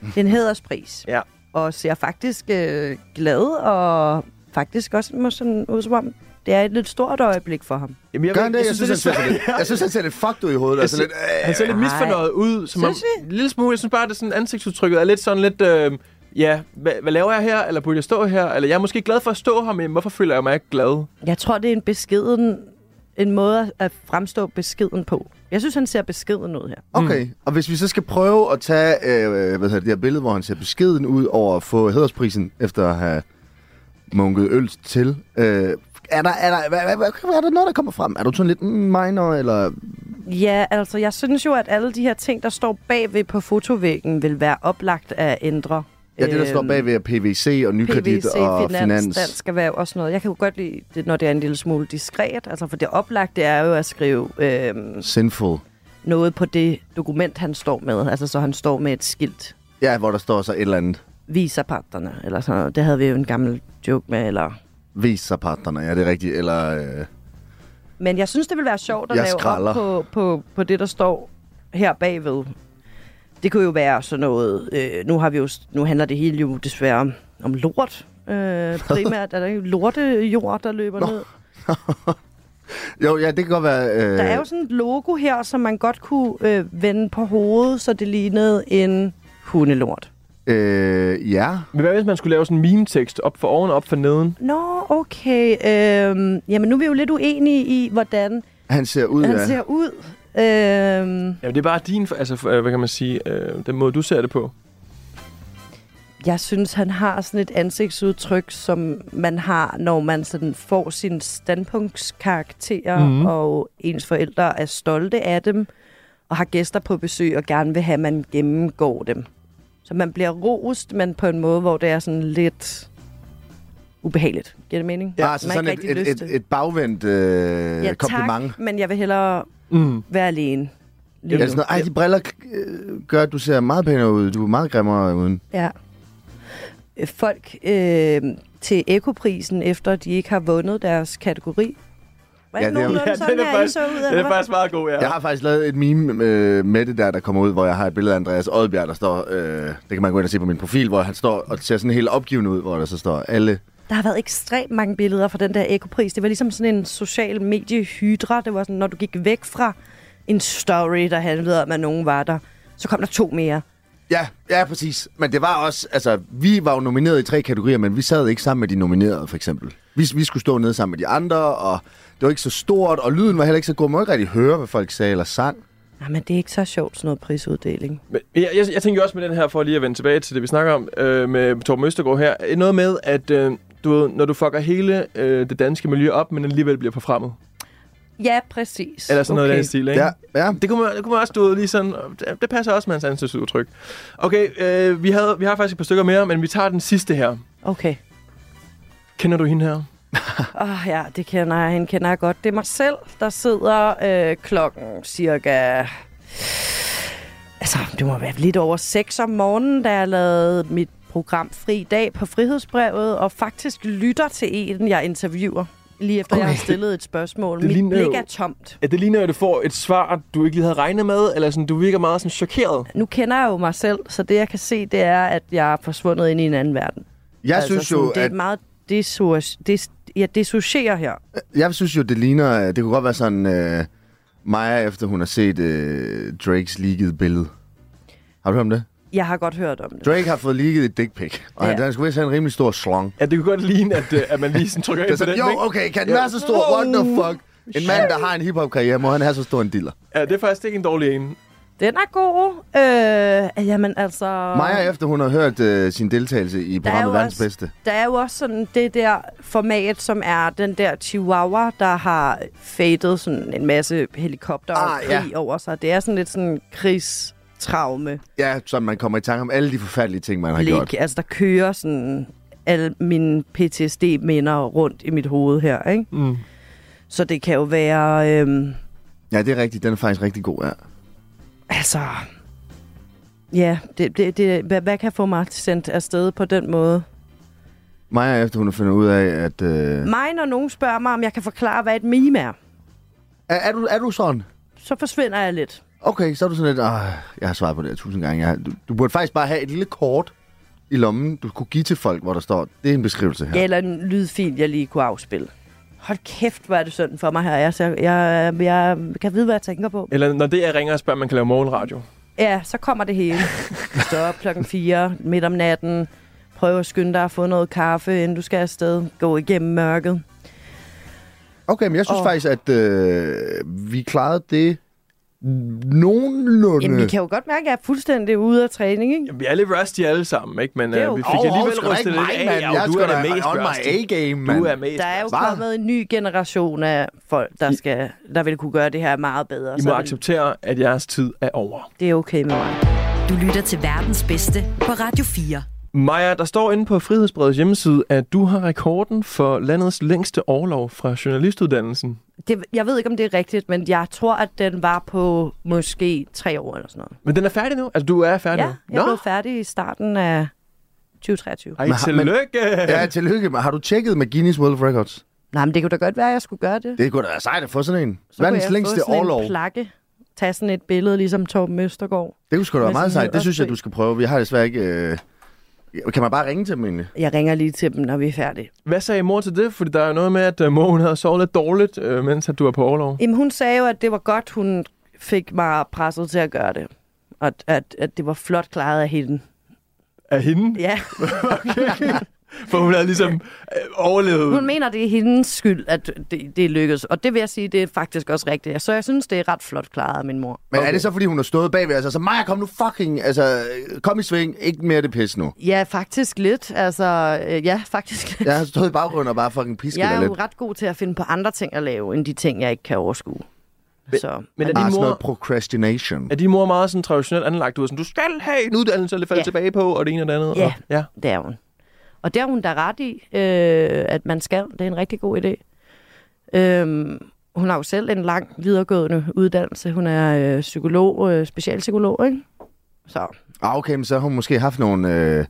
S5: Det er en hæderspris.
S4: Ja.
S5: Og ser faktisk øh, glad og faktisk også må sådan ud som om, det er et lidt stort øjeblik for ham.
S4: Jamen, jeg,
S3: Gør
S4: ved-
S3: han det? Jeg, jeg synes, han ser
S4: svært.
S3: sådan lidt... Jeg synes, han ser lidt fucked ud i hovedet.
S4: Jeg
S3: Altså
S4: synes-
S3: lidt... Øh,
S4: Han ser lidt
S5: Nej.
S4: misfornøjet ud. Som om,
S5: Synes
S4: en lille smule. Jeg synes bare, at det sådan, ansigtsudtrykket er lidt sådan lidt... Øh, ja, hvad, hvad laver jeg her? Eller burde jeg stå her? Eller jeg er måske glad for at stå her, men hvorfor føler jeg mig ikke glad?
S5: Jeg tror, det er en beskeden en måde at fremstå beskeden på. Jeg synes, han ser beskeden ud her.
S3: Okay,
S5: Mm.
S3: og hvis vi så skal prøve at tage øh, hvad hedder det, det her billede, hvor han ser beskeden ud over at få hedersprisen efter at have munket øl til, øh, er der, er der, hvad, hvad, hvad, hvad er der noget, der kommer frem? Er du sådan lidt mm, minor, eller...
S5: Ja, altså, jeg synes jo, at alle de her ting, der står bagved på fotovæggen, vil være oplagt at ændre.
S3: Ja, det der står
S5: Øhm,
S3: bagved er PVC og Nykredit
S5: PVC,
S3: og
S5: finans,
S3: Finans.
S5: dansk erhverv og sådan noget. Jeg kan jo godt lide det, når det er en lille smule diskret. Altså, for det oplagte er jo at skrive øhm,
S3: Sinful.
S5: noget på det dokument, han står med. Altså, så han står med et skilt.
S3: Ja, hvor der står så et eller andet.
S5: Viser parterne, eller sådan noget. Det havde vi jo en gammel joke med, eller...
S3: Vis sig partnerne, ja, det er rigtigt. Eller, øh,
S5: Men jeg synes, det ville være sjovt at
S3: Jeg
S5: lave
S3: skralder.
S5: op på, på, på det, der står her bagved. Det kunne jo være sådan noget... Øh, nu, har vi jo, s- nu handler det hele jo desværre om, om lort. Øh, primært er der jo lortejord, der løber Nå. ned.
S3: jo, ja, det kan godt være... Øh,
S5: Der er jo sådan et logo her, som man godt kunne øh, vende på hovedet, så det lignede en hundelort.
S3: øh, ja,
S4: Men hvad hvis man skulle lave sådan en meme-tekst op for oven og op for neden?
S5: Nå, okay. Øhm, jamen, nu er vi jo lidt uenige i, hvordan
S3: han ser ud
S5: han
S3: af...
S5: ser ud. Øhm,
S4: Jamen, det er bare din... Altså, øh, hvad kan man sige? Øh, den måde, du ser det på.
S5: jeg synes, han har sådan et ansigtsudtryk, som man har, når man sådan får sine standpunktskarakterer, mm. og ens forældre er stolte af dem, og har gæster på besøg, og gerne vil have, at man gennemgår dem. Så man bliver rost, men på en måde, hvor det er sådan lidt ubehageligt. Giver det mening?
S3: Ja, altså
S5: Man har
S3: sådan
S5: ikke
S3: et,
S5: rigtig
S3: et,
S5: lyst
S3: et,
S5: til-
S3: et bagvendt øh, ja, kompliment.
S5: Tak, men jeg vil hellere
S4: Mm.
S5: være alene.
S3: Ja,
S5: Lige
S3: det er
S5: nu.
S3: sådan noget, Ej, de briller øh, gør, at du ser meget pænere ud. Du er meget grimmere uden.
S5: Ja. Øh, Folk øh, til ekoprisen, efter de ikke har vundet deres kategori, Var
S3: Ja,
S5: ja,
S3: det er-
S5: det er,
S4: Ja,
S5: sådan,
S4: den er,
S5: her, I
S4: faktisk,
S5: så ud,
S4: den
S5: eller
S4: er
S5: hvad?
S4: faktisk meget god, ja.
S3: Jeg har faktisk lavet et meme øh, med det der, der kommer ud, hvor jeg har et billede af Andreas Oddbjerg, der står, øh, det kan man gå ind og se på min profil, hvor han står og ser sådan helt opgivende ud, hvor der så står alle.
S5: Der har været ekstremt mange billeder fra den der ekopris. Det var ligesom sådan en social mediehydra. Det var sådan, når du gik væk fra en story, der handlede om, at nogen var der, så kom der to mere.
S3: Ja, ja, præcis. Men det var også, altså, vi var jo nomineret i tre kategorier, men vi sad ikke sammen med de nominerede, for eksempel. Vi, vi skulle stå nede sammen med de andre, og det var ikke så stort, og lyden var heller ikke så god. Man kunne ikke rigtig høre, hvad folk sagde eller sang.
S5: Nej, men det er ikke så sjovt, sådan noget prisuddeling.
S4: Men jeg, jeg, jeg tænker jo også med den her, for lige at vende tilbage til det, vi snakker om øh, med Torben Østergaard her. øh, Noget med, at øh, du ved, når du fucker hele øh, det danske miljø op, men alligevel bliver forfremmet.
S5: Ja, præcis.
S4: Eller sådan okay. noget af den stil, ikke?
S3: Ja, ja.
S4: Det kunne, man, det kunne man også du ved, lige sådan... Det, det passer også med hans ansigtsudtryk. Okay, øh, vi, havde, vi har faktisk et par stykker mere, men vi tager den sidste her.
S5: Okay.
S4: Kender du hende her?
S5: Åh oh, ja, det kender jeg. Hende kender jeg godt. Det er mig selv, der sidder øh, klokken cirka... Altså, det må være lidt over 6 om morgenen, da jeg lavede mit program Fri Dag på Frihedsbrevet, og faktisk lytter til en, jeg interviewer, lige efter okay. jeg har stillet et spørgsmål.
S4: Det
S5: mit
S4: ligner jo-
S5: blik er tomt.
S4: Ja, det ligner jo, at du får et svar, du ikke lige havde regnet med, eller sådan, du virker meget sådan chokeret.
S5: Nu kender jeg jo mig selv, så det jeg kan se, det er, at jeg er forsvundet ind i en anden verden.
S3: Jeg altså, synes jo,
S5: sådan, det er
S3: at
S5: et meget disso- dis- jeg dissocierer her.
S3: Jeg synes jo, det ligner... øh, Det kunne godt være sådan... Øh, Maja, efter hun har set øh, Drakes leakede billede. Har du hørt om det?
S5: Jeg har godt hørt om det.
S3: Drake har fået leaget et dick pic, og han,
S5: Ja.
S3: han skulle vist have en rimelig stor slong.
S4: Ja, det kunne godt ligne, at, øh, at man lige sådan trykker
S3: Det er
S4: ind på
S3: sådan,
S4: den.
S3: jo,
S4: ikke?
S3: okay, kan den være så stor? What the fuck? En mand, der har en hiphop-karriere, må han have så stor en diller.
S4: Ja, det er faktisk ikke en dårlig en.
S5: Den er god. Øh, jamen altså...
S3: Maja, efter hun har hørt øh, sin deltagelse i
S5: der er, jo
S3: programmet Verdens
S5: også,
S3: Bedste.
S5: der er jo også sådan det der format, som er den der chihuahua, der har fadet sådan en masse helikopter og
S3: Ah,
S5: krig
S3: ja.
S5: over sig. Det er sådan lidt sådan krigstraume.
S3: Ja, så man kommer i tanke om alle de forfærdelige ting, man har gjort.
S5: Blik. Altså, der kører sådan alle mine PTSD-minder rundt i mit hoved her, ikke?
S4: Mm.
S5: Så det kan jo være... Øhm,
S3: Ja, det er rigtigt. Den er faktisk rigtig god, ja.
S5: altså... Ja, det, det, det, hvad, hvad kan få mig sendt afsted på den måde?
S3: Maja, efter hun har fundet ud af, at... Øh,
S5: Mig, når nogen spørger mig, om jeg kan forklare, hvad et meme er,
S3: er, er, du, er du sådan?
S5: så forsvinder jeg lidt.
S3: Okay, så er du sådan lidt, "Ah, jeg har svaret på det her tusind gange. Jeg, du, du burde faktisk bare have et lille kort i lommen, du kunne give til folk, hvor der står, det er en beskrivelse her.
S5: Ja. Eller en lydfil, jeg lige kunne afspille. Hold kæft, hvor er det synd for mig her. Jeg, jeg, jeg, jeg kan vide, hvad jeg tænker på.
S4: Eller når det er ringer og spørger, om man kan lave morgenradio.
S5: Ja, så kommer det hele. Stå op klokken 4, midt om natten. Prøv at skynde dig at få noget kaffe, inden du skal afsted. Gå igennem mørket.
S3: Okay, men jeg synes
S5: Åh.
S3: faktisk, at øh, vi klarede det nogenlunde.
S5: Jamen, vi kan jo godt mærke, at jeg er fuldstændig ude af træning, ikke?
S4: øh. Jamen, vi er lidt rusty alle sammen, ikke? Men
S5: Det er
S4: øh,
S5: jo-
S4: vi fik
S3: Åh, åh,
S4: alligevel
S3: sgu da
S4: rystet
S3: ikke
S4: lidt
S3: mig,
S4: af.
S3: mand.
S4: Jo,
S3: Jeg
S4: du
S3: sgu
S4: er
S3: da
S4: da mest
S3: on my
S4: rusty.
S3: A-game,
S4: Du
S3: mand.
S4: er mest
S5: Der er jo
S3: Hvad?
S5: kommet en ny generation af folk, der, skal, der vil kunne gøre det her meget bedre.
S4: I
S5: Så
S4: må
S5: vil-
S4: acceptere, at jeres tid er over.
S5: det er okay med mig.
S2: Du lytter til verdens bedste på Radio 4.
S4: Maja, der står inde på Frihedsbredets hjemmeside, at du har rekorden for landets længste overlov fra journalistuddannelsen.
S5: Det, jeg ved ikke, om det er rigtigt, men jeg tror, at den var på måske tre år eller sådan noget.
S4: Men den er færdig nu? Altså, du er færdig
S5: Ja,
S4: nu?
S5: jeg blev færdig i starten af 2023.
S4: Ej,
S3: Men-
S4: tillykke!
S3: Ja, tillykke. Men har du tjekket med Guinness World Records?
S5: Nej, men det kunne da godt være, at jeg skulle gøre det.
S3: Det kunne da være sejt at få sådan en.
S5: Så kunne
S3: Verdens
S5: jeg få
S3: længste
S5: sådan
S3: overlov.
S5: en plakke, tage sådan et billede, ligesom Torben Østergaard.
S3: Det kunne sgu da være
S5: med
S3: meget
S5: sådan en
S3: sejt. Det synes jeg,
S5: opsving.
S3: du skal prøve. Vi har desværre ikke... Øh... Kan man bare ringe til dem egentlig?
S5: Jeg ringer lige til dem, når vi er færdige.
S4: Hvad sagde mor til det? Fordi der er jo noget med, at øh, mor hun havde sovet lidt dårligt, øh, mens at du er på overlov.
S5: Jamen, hun sagde jo, at det var godt, hun fik mig presset til at gøre det. Og at- at, at det var flot klaret af hende.
S4: Af hende?
S5: Ja,
S4: For hun havde ligesom øh, overlevet.
S5: hun mener, det er hendes skyld, at det, det lykkedes. Og det vil jeg sige, det er faktisk også rigtigt. Så jeg synes, det er ret flot klaret af min mor.
S3: Men okay. er det så, fordi hun har stået bagved os? Altså, Maja, kom nu fucking... Altså, kom i sving. Ikke mere det pis nu.
S5: Ja, faktisk lidt. Altså, øh, ja, faktisk lidt.
S3: Jeg har stået i baggrunden og bare fucking pisket
S5: Jeg
S3: dig
S5: er
S3: lidt.
S5: jo ret god til at finde på andre ting at lave, end de ting, jeg ikke kan overskue. Så,
S4: Men er
S3: Ah, sådan
S4: din
S3: noget
S4: mor,
S3: procrastination.
S4: er din mor meget sådan traditionelt anlagt? Du er sådan, du skal have en uddannelse, eller falde
S5: Ja.
S4: tilbage på, og det ene og det andet.
S5: Ja.
S4: Og, ja.
S5: det er hun. Og det er hun da ret i, øh, at man skal. Det er en rigtig god idé. Øh, hun har jo selv en lang videregående uddannelse. Hun er øh, psykolog, øh, specialpsykolog, ikke? Så
S3: Ah, okay, men så har hun måske haft nogle, øh,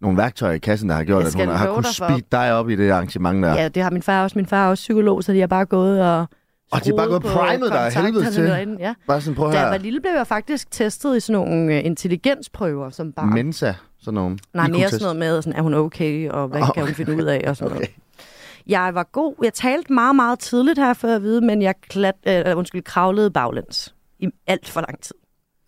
S3: nogle værktøjer i kassen, der har gjort,
S5: Jeg
S3: at
S5: skal
S3: hun har
S5: love
S3: kunnet
S5: dig for.
S3: speede dig op i det arrangement der.
S5: Ja, det har min far også. Min far er også psykolog, så de har bare gået og...
S3: Og de har bare gået
S5: skruet på
S3: primet dig af
S5: kontakterne
S3: helvede til.
S5: derinde, Ja.
S3: Bare sådan, prøv
S5: Da jeg var
S3: her.
S5: lille, blev jeg faktisk testet i sådan nogle øh, intelligensprøver som barn. Men,
S3: Mensa, sådan nogle.
S5: Nej, mere
S3: IQ-test.
S5: sådan noget med, sådan, er hun okay, og hvad
S3: Ah,
S5: kan hun finde ud af, og sådan okay.
S3: Okay.
S5: noget. Jeg var god. Jeg talte meget, meget tidligt her før at vide, men jeg klat, øh, undskyld, kravlede baglæns i alt for lang tid.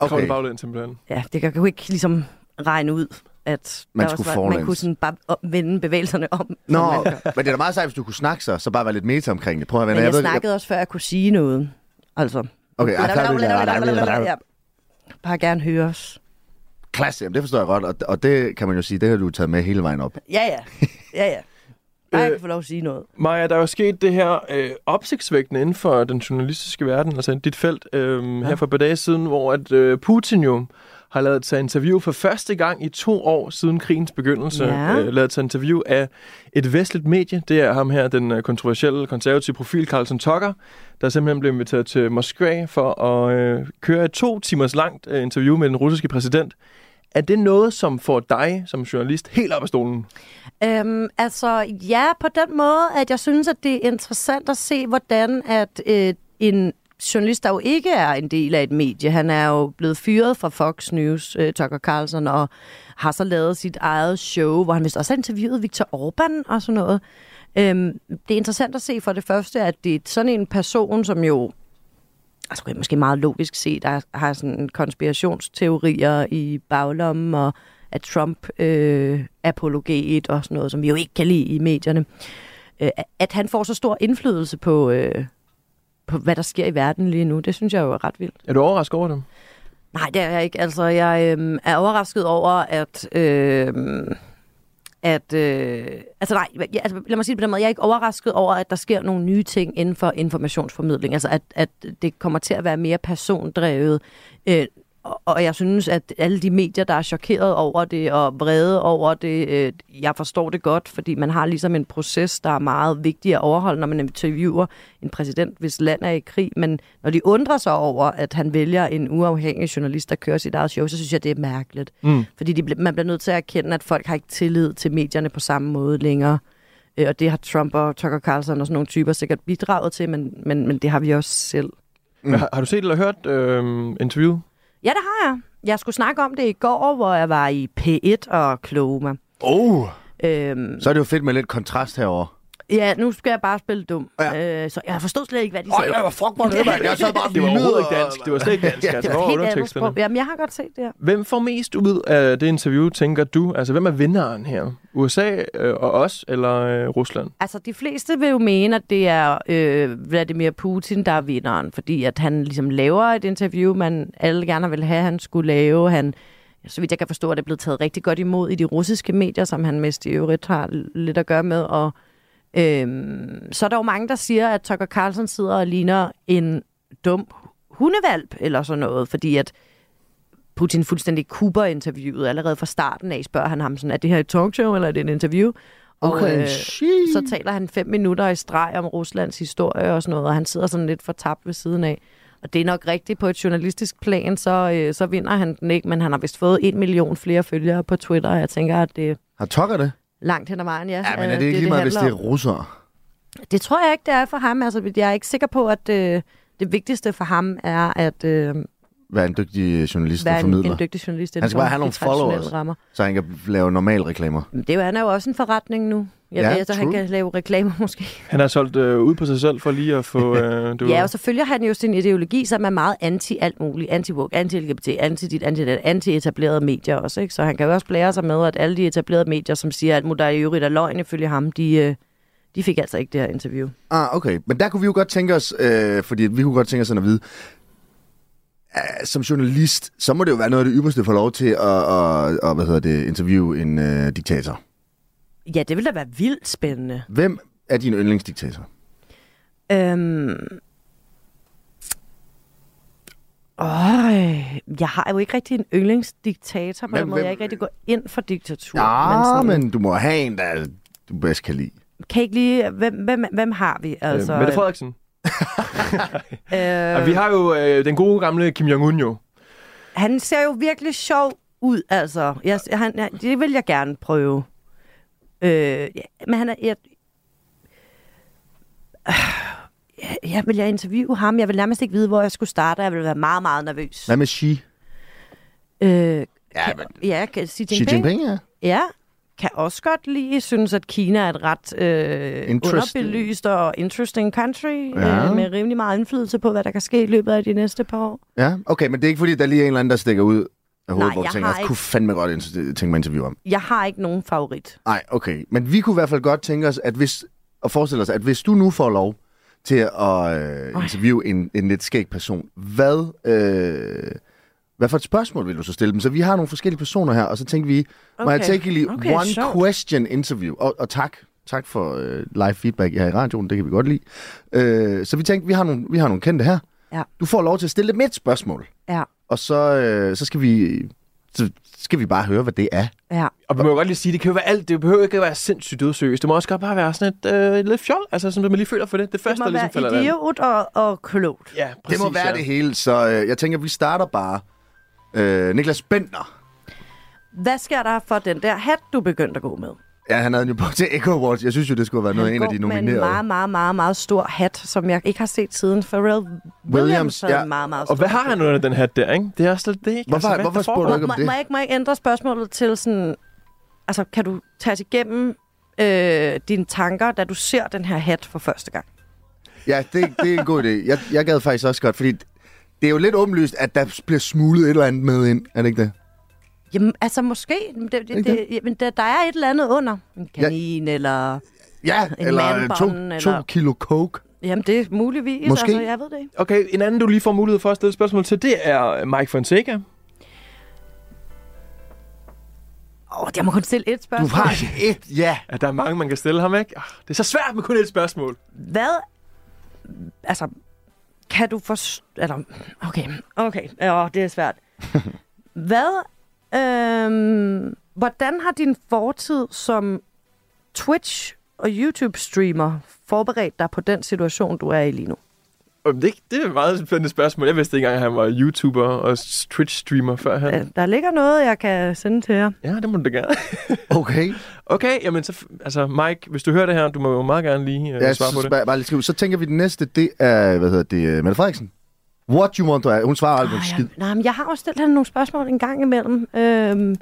S4: Kom det
S3: Okay.
S4: baglæns simpelthen.
S5: Ja, det kan jeg jo ikke ligesom regne ud, at
S3: Man
S5: der
S3: skulle
S5: også var, man
S3: forlæns.
S5: kunne sådan bare op- vende bevægelserne om. som
S3: Nå,
S5: man gør.
S3: men det er da meget sejt, hvis du kunne snakke så, så bare være lidt meta omkring det. Prøv at være
S5: Men jeg snakkede også, før jeg kunne sige noget. Altså,
S3: Okay, ja, klar, det er-
S5: Ja. Bare gerne høre os.
S3: Klasse, jamen, det forstår jeg godt, og, og det kan man jo sige, det har du taget med hele vejen op.
S5: Ja, ja. Ja, ja. Ej,
S4: Øh,
S5: jeg kan få lov at sige noget.
S4: Maja, der er jo sket det her øh, opsigtsvækkende inden for den journalistiske verden, altså dit felt, øh, ja. her for et par dage siden, hvor at, øh, Putin jo har lavet sig interview for første gang i to år siden krigens begyndelse.
S5: Ja.
S4: Øh, lavet sig interview af et vestligt medie. Det er ham her, den øh, kontroversielle konservative profil, Carlson Tucker, der simpelthen blev inviteret til Moskva for at øh, køre et to timers langt øh, interview med den russiske præsident. Er det noget, som får dig som journalist helt op af stolen?
S5: Øhm, altså, ja, på den måde, at jeg synes, at det er interessant at se, hvordan at øh, en journalist, der jo ikke er en del af et medie, han er jo blevet fyret fra Fox News, øh, Tucker Carlson, og har så lavet sit eget show, hvor han vist også har interviewet Viktor Orbán og sådan noget. Øhm, det er interessant at se for det første, at det er sådan en person, som jo altså okay, måske meget logisk set, der har sådan konspirationsteorier i baglommen, og at Trump øh, apologet og sådan noget, som vi jo ikke kan lide i medierne. Øh, at han får så stor indflydelse på, øh, på, hvad der sker i verden lige nu, det synes jeg jo er ret vildt.
S4: Er du overrasket over det?
S5: Nej, det er jeg ikke. Altså, jeg øh, er overrasket over, at... Øh, at, øh, altså nej, jeg, altså, lad mig sige det på den måde, jeg er ikke overrasket over, at der sker nogle nye ting inden for informationsformidling, altså at, at det kommer til at være mere persondrevet, øh, og, og jeg synes, at alle de medier, der er chokeret over det og vrede over det, øh, jeg forstår det godt, fordi man har ligesom en proces, der er meget vigtig at overholde, når man interviewer en præsident, hvis land er i krig, men når de undrer sig over, at han vælger en uafhængig journalist, der kører sit eget show, så synes jeg, det er mærkeligt.
S4: Mm.
S5: Fordi de, bl- man bliver nødt til at erkende, at folk har ikke tillid til medierne på samme måde længere. Øh, og det har Trump og Tucker Carlson og sådan nogle typer sikkert bidraget til, men, men, men det har vi også selv.
S4: Mm. Har, har du set eller hørt øh, interviewet?
S5: Ja, det har jeg. Jeg skulle snakke om det i går, hvor jeg var i P1 og kloge mig.
S3: Oh.
S5: Øhm,
S3: Så er det jo fedt med lidt kontrast herover.
S5: ja, nu skal jeg bare spille dum. Ja. Øh, så jeg forstod slet ikke, hvad de sagde.
S3: hvor fuck var det, mand? Jeg sad bare
S4: Det var overhovedet ikke dansk. Det var slet ikke dansk.
S3: Ja,
S4: altså,
S5: det
S4: hvor
S5: var
S4: var
S5: et helt andet
S4: underteksterne?
S5: sprog. Jamen, jeg har godt set det her.
S4: Hvem får mest ud af det interview, tænker du? Altså, hvem er vinderen her? USA øh, og os, eller øh, Rusland?
S5: Altså, de fleste vil jo mene, at det er øh, Vladimir Putin, der er vinderen, fordi at han ligesom laver et interview, man alle gerne vil have, han skulle lave. Han, så vidt jeg kan forstå, er det blevet taget rigtig godt imod i de russiske medier, som han mest i øvrigt har lidt at gøre med. Og, øhm, så er der jo mange, der siger, at Tucker Carlson sidder og ligner en dum hundevalp eller sådan noget, fordi at Putin fuldstændig kuber interviewet allerede fra starten af, spørger han ham sådan, er det her et talkshow, eller er det en interview? øh,
S3: Okay, shit.
S5: så taler han fem minutter i streg om Ruslands historie og sådan noget, og han sidder sådan lidt fortabt ved siden af. Og det er nok rigtigt, på et journalistisk plan, så, øh, så vinder han den ikke, men han har vist fået en million flere følgere på Twitter, og jeg tænker, at det er
S3: Har Tucker det?
S5: langt hen ad vejen, ja.
S3: Ja, men
S5: øh,
S3: er det ikke lige meget, hvis det
S5: handler
S3: er russere?
S5: om. Det tror jeg ikke, det er for ham. Altså, jeg er ikke sikker på, at øh, det vigtigste for ham er at øh,
S3: Vær en dygtig øh, journalist og
S5: være en, en
S3: formidler,
S5: dygtig journalist. inden
S3: Han skal
S5: for
S3: bare have
S5: de
S3: nogle
S5: traditionelle
S3: followers.
S5: Rammer.
S3: så han kan lave normale reklamer.
S5: Men Det er jo, han er jo også en forretning nu. Jeg
S3: Ja,
S5: ja, ved, at han
S3: true.
S5: kan lave reklamer måske.
S4: Han har solgt øh, ud på sig selv for lige at få... Øh, du
S5: Ja, og så følger han jo sin ideologi, som er meget anti alt muligt. Anti-woke, anti-LGBT, anti-dit, anti dat, anti-etablerede medier også. Ikke? Så han kan jo også blære sig med, at alle de etablerede medier, som siger alt muligt, der er i øvrigt er løgn ifølge ham, de, øh, de fik altså ikke det her interview.
S3: Ah, okay. Men der kunne vi jo godt tænke os, øh, fordi vi kunne godt tænke os sådan at vide, ah, som journalist, så må det jo være noget af det ypperste at få lov til at, at, at hvad hedder det, interviewe en øh, diktator.
S5: Ja, det ville da være vildt spændende.
S3: Hvem er din yndlingsdiktator?
S5: Øhm... Øj, jeg har jo ikke rigtig en yndlingsdiktator på
S3: Hvem-
S5: den måde. Jeg
S3: hvem-
S5: er ikke rigtig gået ind for diktatur.
S3: Ja,
S5: sådan-
S3: men du må have en, der du bedst kan lide.
S5: Kan I ikke lige... Hvem, hvem, hvem har
S3: Øhm,
S5: vi? Altså,
S4: øh, Mette Frederiksen.
S5: øh,
S4: Øh. Vi har jo øh, den gode gamle Kim Jong-un jo.
S5: Han ser jo virkelig sjov ud, altså. Jeg, han, jeg, det vil jeg gerne prøve. Øh, ja, men han er... Jeg, Øh, ja, vil jeg interviewe ham? Jeg vil nærmest ikke vide, hvor jeg skulle starte, og jeg vil være meget, meget nervøs.
S3: Hvad med Xi?
S5: Øh,
S3: Ja,
S5: kan,
S3: men
S5: ja, kan, Xi
S3: Xi
S5: Jinping.
S3: Jinping, ja.
S5: Ja, kan også godt lige synes, at Kina er et ret øh,
S3: Interesting.
S5: underbelyst og interesting country,
S3: Ja.
S5: ja. øh, med rimelig meget indflydelse på, hvad der kan ske i løbet af de næste par år.
S3: Ja, okay, men det er ikke fordi, der lige er en eller anden, der stikker ud af hovedet,
S5: Nej,
S3: hvor du
S5: jeg
S3: tænker,
S5: har
S3: jeg
S5: ikke-
S3: kunne fandme godt inter- tænke mig at interviewe om.
S5: Jeg har ikke nogen favorit.
S3: Nej, okay. Men vi kunne i hvert fald godt tænke os, at hvis, og forestille os, at hvis du nu får lov til at øh, interviewe en, en lidt skæg person, hvad, øh, hvad for et spørgsmål vil du så stille dem? Så vi har nogle forskellige personer her, og så tænker vi, okay. Maja
S5: Okay.
S3: Tekeli, okay,
S5: Okay,
S3: one
S5: sjovt.
S3: question interview. Og, og tak. Tak for øh, live feedback her i radioen, det kan vi godt lide. Øh, så vi tænkte, vi har nogle, vi har nogle kendte her.
S5: Ja.
S3: Du får lov til at stille dem et spørgsmål.
S5: Ja,
S3: Og så, øh, så, skal vi, så skal vi bare høre, hvad det er.
S5: ja.
S4: Og vi må jo godt lige sige, det kan jo være alt. Det behøver ikke at være sindssygt dødsøs. Det må også godt bare være sådan et øh, lidt fjol. Altså, som man lige føler for det. Det
S5: Det
S4: første,
S5: må
S4: der ligesom falder
S5: være
S4: dig ind.
S5: idiot og, og klogt.
S4: Ja, præcis.
S3: Præcis, det må være
S4: ja.
S3: ja. det hele, så øh, jeg tænker, vi starter bare. Øh, Niklas Bentner.
S5: Hvad sker der for den der hat, du begyndte at gå med?
S3: Ja, han havde den jo på til Echo Awards. Jeg synes jo, det skulle have været noget af en af de
S5: Går med en
S3: nominerede.
S5: meget, meget, meget, meget stor hat, som jeg ikke har set siden Pharrell
S3: Williams,
S5: Williams. havde
S3: ja.
S5: en meget, meget stor
S4: Og hvad har han under den hat der, ikke? Det er også lidt det, ikke? altså,
S3: Hvorfor-
S4: hvad
S3: hvorfor
S4: der
S3: spurgte
S4: foregår?
S3: du ikke om
S5: Må,
S3: det.
S5: må jeg ikke må jeg ikke ændre spørgsmålet til sådan... Altså, kan du tage os igennem øh, dine tanker, da du ser den her hat for første gang?
S3: Ja, det, det er en god idé. Jeg, jeg gad faktisk også godt, fordi det er jo lidt åbenlyst, at der bliver smuglet et eller andet med ind. Er det ikke det?
S5: Jamen, altså måske. Men Det, det,
S3: Ikke
S5: det, jamen, der, der er et eller andet under. En kanin ja. eller...
S3: Ja,
S5: En
S3: eller øh, to,
S5: mandbånd,
S3: to
S5: eller-
S3: kilo coke.
S5: Jamen, det er muligvis.
S3: Måske.
S5: Altså, jeg ved det ikke.
S4: Okay, en anden, du lige får mulighed for at stille spørgsmål til, det er øh, Mike Fonseca.
S5: Åh, jeg må kun stille et
S3: Du
S5: spørgsmål.
S3: har et ja.
S4: Altså, Ja, der er mange, man kan stille ham, ikke? Ah, Det er så svært med kun et spørgsmål.
S5: Hvad... Altså, kan du forstå... Eller, okay, okay. Åh, det er svært. Hvad... Øhm, hvordan har din fortid som Twitch- og YouTube-streamer forberedt dig på den situation, du er i lige nu?
S4: Og Det, det er et meget spændende spørgsmål. Jeg vidste ikke engang, at han var YouTuber og Twitch-streamer før han.
S5: Der- Der ligger noget, jeg kan sende til jer.
S4: Ja, det må du da gerne.
S3: Okay.
S4: Okay, jamen så, f- altså Mike, hvis du hører det her, du må jo meget gerne lige øh,
S3: Ja,
S4: ja,
S3: så,
S4: svare på det.
S3: bare, bare lige skrive. så tænker vi, den næste, det er, hvad hedder det, øh, Mette Frederiksen. What you want to Hun svarer aldrig på
S5: Ej,
S3: skid.
S5: jeg, nej, men jeg har også stillet hende nogle spørgsmål en gang imellem. Øhm,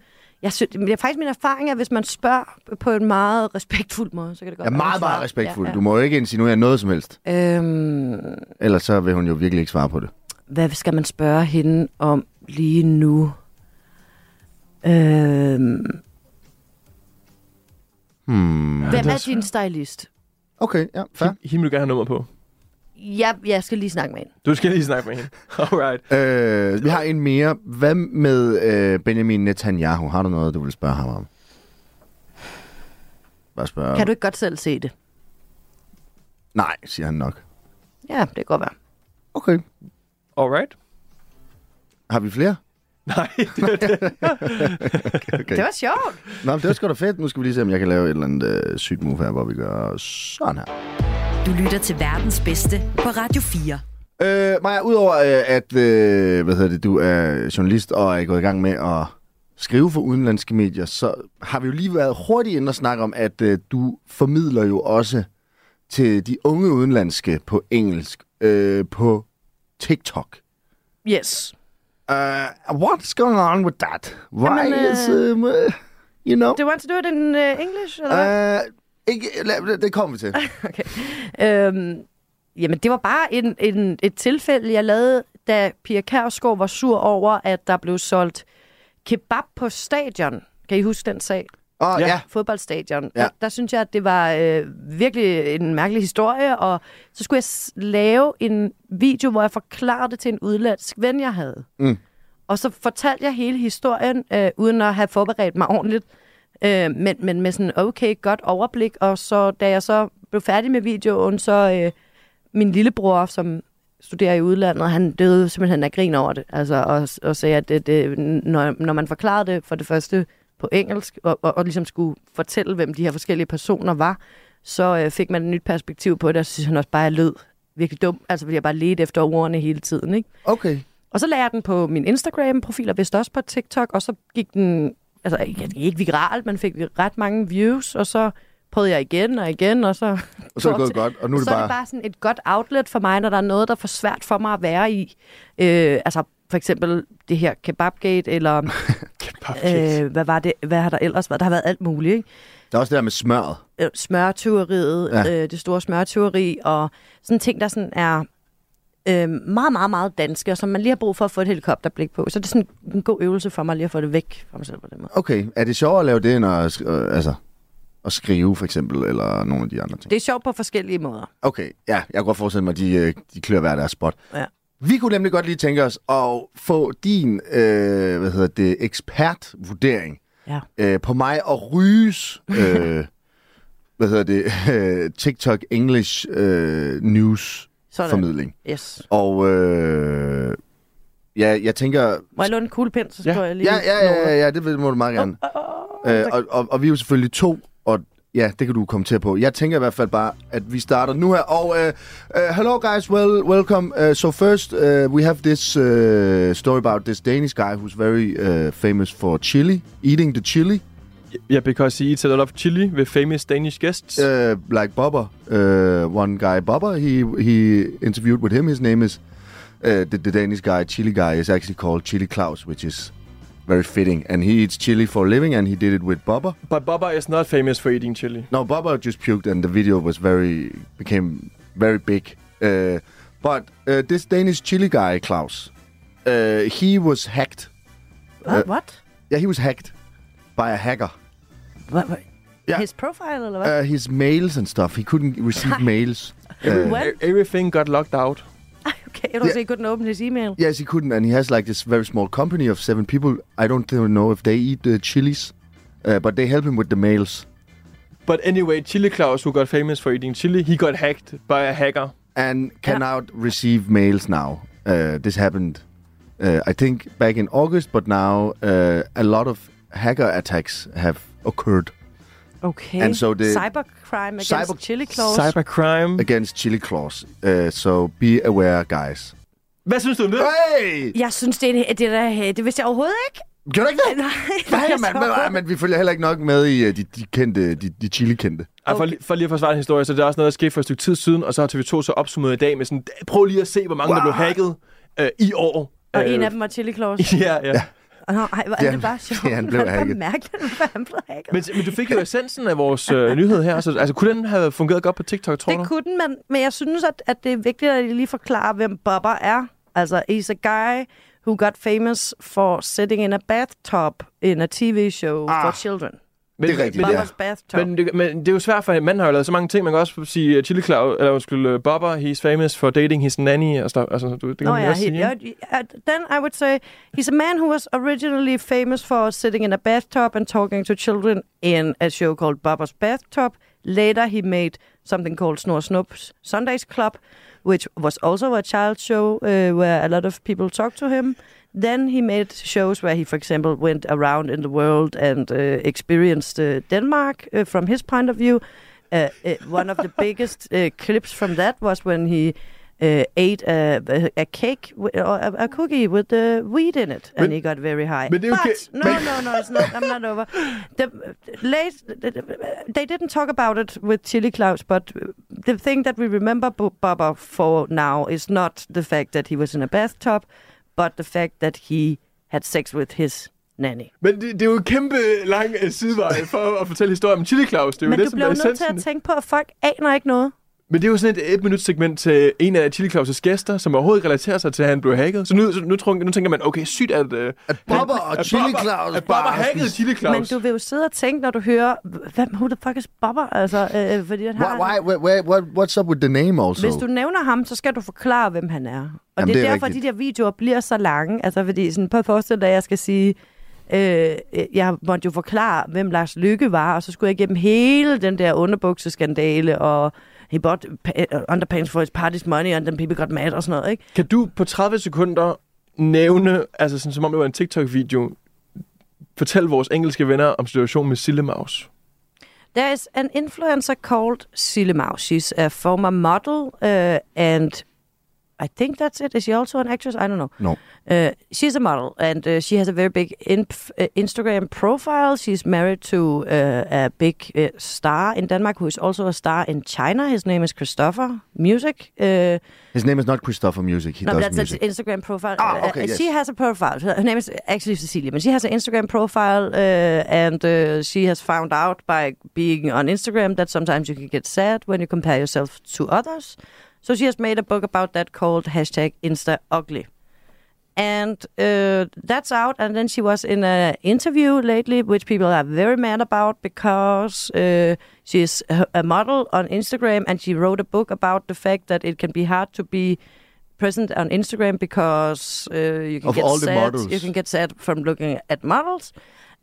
S5: jeg synes, det er faktisk min erfaring, at hvis man spørger på en meget respektfuld måde, så kan det godt
S3: Jeg er
S5: være, at
S3: meget,
S5: hun
S3: meget
S5: svarer.
S3: respektfuld. Du må jo ikke insinuere noget som helst.
S5: Øhm,
S3: Ellers så vil hun jo virkelig ikke svare på det.
S5: hvad skal man spørge hende om lige nu? Øhm,
S3: Hmm.
S5: hvem er din stylist?
S3: Okay, ja, fair.
S4: Him- Him vil gerne have nummer på.
S5: Jeg, jeg skal lige snakke med hende.
S4: Du skal lige snakke med hende. Alright.
S3: Øh, vi har en mere. Hvad med øh, Benjamin Netanyahu? Har du noget, du vil spørge ham om? Bare spørge.
S5: Kan du ikke godt selv se det?
S3: Nej, siger han nok.
S5: Ja, det kan godt være.
S3: Okay.
S4: Alright.
S3: Har vi flere?
S4: Nej, det er det.
S3: Okay.
S5: Det var sjovt.
S3: Nå, men det var sgu da fedt. Nu skal vi lige se, om jeg kan lave et eller andet øh, sygt move her, hvor vi gør sådan her.
S2: Du lytter til verdens bedste på Radio 4.
S3: Øh, Maja, udover øh, at øh, hvad hedder det, du er journalist og er gået i gang med at skrive for udenlandske medier, så har vi jo lige været hurtigt inde og snakke om, at øh, du formidler jo også til de unge udenlandske på engelsk øh, på TikTok.
S5: Yes.
S3: Uh, what's going on with that? Why
S5: Jamen, øh,
S3: is, um, uh, you know?
S5: Do you want to do it in uh, English? Eller hvad?
S3: Uh, ikke, lad, det kommer vi til.
S5: Øhm, jamen, det var bare en, en, et tilfælde, jeg lavede, da Pia Kærsgaard var sur over, at der blev solgt kebab på stadion. Kan I huske den sag?
S3: Og
S4: Ja.
S3: ja,
S5: Fodboldstadion.
S3: Ja.
S5: Ja. Der synes jeg, at det var øh, virkelig en mærkelig historie, og så skulle jeg s- lave en video, hvor jeg forklarede det til en udlandsk ven, jeg havde.
S3: Mm.
S5: Og så fortalte jeg hele historien, øh, uden at have forberedt mig ordentligt, øh, men, men med sådan okay, godt overblik. Og så da jeg så blev færdig med videoen, så øh, min lillebror, som studerer i udlandet, han døde simpelthen af grin over det. Altså, og, og sagde, at det, det, når, når man forklarede det for det første på engelsk, og, og, og ligesom skulle fortælle, hvem de her forskellige personer var, så øh, fik man et nyt perspektiv på det, og så synes han også bare, at jeg lød virkelig dum. Altså, fordi jeg bare ledte efter ordene hele tiden, ikke?
S3: okay.
S5: Og så lagde jeg den på min Instagram-profil, og vist også på TikTok, og så gik den, altså ikke, ikke viralt, men fik ret mange views, og så prøvede jeg igen og igen, og så...
S3: Og så er det gået godt, og nu er det
S5: så er
S3: bare...
S5: det bare sådan et godt outlet for mig, når der er noget, der er for svært for mig at være i. Øh, altså for eksempel det her kebabgate, eller øh, hvad var det, hvad har der ellers været? Der har været alt muligt, ikke?
S3: Der er også det der med smøret.
S5: Øh, smørtyveriet,
S3: Ja.
S5: ja. øh, det store smørtyveri, og sådan ting, der sådan er øh, meget, meget, meget danske, og som man lige har brug for at få et helikopterblik på. Så det er sådan en god øvelse for mig lige at få det væk fra mig selv på den måde.
S3: Okay, er det sjovere at lave det, end at, sk- øh, altså, at skrive, for eksempel, eller nogle af de andre ting?
S5: Det er sjovt på forskellige måder.
S3: Okay, ja, jeg kan godt forestille mig, at de, øh, de klør hver deres spot.
S5: Ja.
S3: Vi kunne nemlig godt lige tænke os at få din, øh, hvad hedder det, ekspertvurdering
S5: Ja.
S3: øh, på mig og Ryges, øh, hvad hedder det, øh, TikTok English øh, news
S5: Sådan.
S3: formidling.
S5: Yes.
S3: Og øh, ja, jeg tænker,
S5: Må jeg låne en kuglepind, så
S4: Ja.
S5: skriver jeg lige...
S3: Ja, ja, ja, ja, ja, det vil- må du meget gerne. Øh, og, og, og vi er jo selvfølgelig to, og ja, det kan du komme til på. Jeg tænker i hvert fald bare, at vi starter nu her. Og øh, øh, hello guys, well, welcome. Uh, so first, uh, we have this uh, story about this Danish guy who's very uh, famous for chili, eating the chili,
S4: Yeah, because he eats a lot of chili with famous Danish guests.
S3: uh, like Bubba. Uh, one guy, Bubba, he, he interviewed with him. His name is, uh, the, the Danish guy, chili guy, is actually called Chili Claus, which is very fitting. And he eats chili for a living, and he did it with Bubba.
S4: But Bubba is not famous for eating chili.
S3: No, Bubba just puked, and the video was very became very big. Uh, but uh, this Danish chili guy Klaus, uh, he was hacked. Øh.
S5: What? What?
S3: Yeah, he was hacked by a hacker.
S5: What? what?
S3: Ja.
S5: His profile, eller hvad?
S3: Uh, his mails and stuff. He couldn't receive mails. Uh,
S5: What?
S4: E- Everything got locked out.
S5: Okay, jeg vil også ikke kunne åbne his e-mail.
S3: yes, he couldn't, and he has like this very small company of seven people. I don't think- know if they eat the chilies, uh, but they help him with the mails.
S4: But anyway, Chili Claus, who got famous for eating chili, he got hacked by a hacker.
S3: and cannot receive mails now. Uh, this happened, uh, I think, back in August, but now uh, a lot of hacker attacks have occurred
S5: Okay.
S3: And so the-
S5: Cybercrime against
S3: Cyber-
S5: Chili Claus.
S4: Cybercrime.
S3: against Chili Claus. Uh, so be aware, guys.
S4: Hvad synes du om det?
S3: Hey!
S5: Jeg synes, det, er, en- det, der, det vidste jeg overhovedet ikke.
S3: Gør du ikke det?
S5: Nej,
S3: Nej,
S5: det
S3: man,
S5: vidste jeg
S3: men, nej,
S5: overhovedet
S3: men vi følger heller ikke nok med i øh, de, de kendte, de, de chili-kendte.
S4: Ej, for,
S5: Okay.
S4: li- for lige at forsvare en historie, så det er også noget, der skete for et stykke tid siden, og så har TV2 så opsummeret i dag med sådan, prøv lige at se, hvor mange wow. der blev hacket øh, i år.
S5: ikke. Og
S4: Øh,
S5: en af dem var Chili Claus.
S4: ja, ja.
S5: Og Nå, ej, hvor
S3: Ja,
S5: er det bare sjovt.
S3: ja, han blev
S5: det er bare
S3: hacket.
S5: mærkeligt, at han blev hacket.
S4: Men, men du fik jo essensen af vores øh, nyhed her, så altså, kunne den have fungeret godt på TikTok, tror du?
S5: det kunne den, men, men jeg synes, at, at det er vigtigt, at I lige forklarer, hvem Bubba er. Altså, he's a guy who got famous for sitting in a bathtub in a TV show ah, for children.
S4: Men,
S3: Det er rigtigt,
S4: men,
S3: ja.
S5: Bubba's bathtub.
S4: Men, det, men det er jo svært, for manden har jo lavet så mange ting. Man kan også sige, uh, Chili Cloud, eller undskyld, uh, Bobber, he's famous for dating his nanny. Og stuff. Altså, du, det kan
S5: Nå
S4: man jo
S5: ja,
S4: også
S5: he,
S4: sige. ikke?
S5: yeah, yeah, then I would say he's a man who was originally famous for sitting in a bathtub and talking to children in a show called Bubba's Bathtub. Later he made something called Snor Snup's Sundays Club, which was also a child show uh, where a lot of people talked to him. Then he made shows where he, for example, went around in the world and uh, experienced uh, Denmark uh, from his point of view. Uh, uh, one of the biggest uh, clips from that was when he uh, ate a, a cake wi- or a, a cookie with the weed in it, and he got very high.
S4: men det er jo
S5: But
S4: ke-
S5: no, no, no, it's not. I'm not over. The, late, they didn't talk about it with Chili Claus, but the thing that we remember Bo- Bubba for now is not the fact that he was in a bathtub, but the fact that he had sex with his nanny.
S4: Men det, det er jo en kæmpe lang øh, sidevej for at fortælle historien om Chili Claus. Det er jo
S5: Men
S4: det,
S5: du
S4: som
S5: bliver
S4: er
S5: jo nødt til
S4: essensen.
S5: at tænke på, at folk aner ikke noget.
S4: Men det er jo sådan et et minut segment til en af Chili Claus' gæster, som overhovedet ikke relaterer sig til, at han blev hacket. Så nu, så nu, tror, nu tænker man, okay, sygt, at... Uh, at
S3: Bobber og Chili Claus
S4: At Bobber
S3: bare-
S4: hackede Chili Claus.
S5: Men du vil jo sidde og tænke, når du hører, hvem who the fuck is Bubba? Altså, øh, fordi han har...
S3: Why, why, why, why, what, what's up with the name also?
S5: Hvis du nævner ham, så skal du forklare, hvem han er. Og
S3: Jamen,
S5: Jamen, det er,
S3: det er
S5: derfor,
S3: rigtigt.
S5: de der videoer bliver så lange. Altså, fordi sådan, på forestil dig, at jeg skal sige, øh, øh, jeg måtte jo forklare, hvem Lars Lykke var, og så skulle jeg igennem hele den der underbukseskandale, og he bought pa- underpants for his party's money, and then people got mad og sådan noget, ikke?
S4: Kan du på 30 sekunder nævne, altså sådan, som om det var en TikTok-video, fortæl vores engelske venner om situationen med Sillemaus?
S5: There is an influencer called Sille Mau. She's a former model uh, and I think that's it. Is she also an actress? I don't know.
S3: No.
S5: Uh, she's a model, and uh, she has a very big in- uh, Instagram profile. She's married to uh, a big uh, star in Denmark, who is also a star in China. His name is Christopher Music. Uh,
S3: His name is not Christopher Music. He
S5: no, but
S3: does
S5: that's
S3: music.
S5: an Instagram profile.
S3: Ah,
S5: Uh,
S3: okay,
S5: uh,
S3: yes.
S5: She has a profile. Her her name is actually Cecilia, but she has an Instagram profile, uh, and uh, she has found out by being on Instagram that sometimes you can get sad when you compare yourself to others. So she has made a book about that called hashtag Insta Ugly. And uh, that's out. And then she was in an interview lately, which people are very mad about because uh, she's a- a model on Instagram and she wrote a book about the fact that it can be hard to be present on Instagram because uh, you can
S3: Of
S5: get
S3: all the
S5: sad.
S3: models.
S5: You can get sad from looking at models.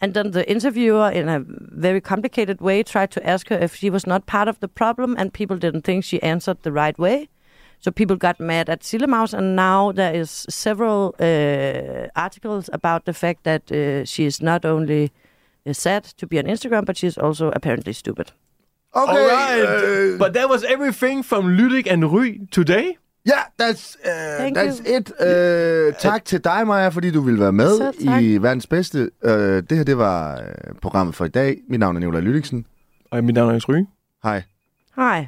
S5: And then the interviewer, in a very complicated way, tried to ask her if she was not part of the problem, and people didn't think she answered the right way. So people got mad at Sillemaus, and now there is several uh, articles about the fact that uh, she is not only uh, sad to be on Instagram, but she is also apparently stupid.
S3: Okay.
S4: Alright.
S3: øh,
S4: But that was everything from Lydik and Ry today.
S3: Ja, that's, uh,
S5: Thank
S3: that's it. Uh, tak til dig, Maja, fordi du ville være med
S5: Så tak.
S3: i verdens bedste. Uh, det her, det var øh, programmet for i dag. Mit navn er Nicolai Lydiksen.
S4: Og mit navn er Jens Ry.
S3: Hej.
S5: Hej.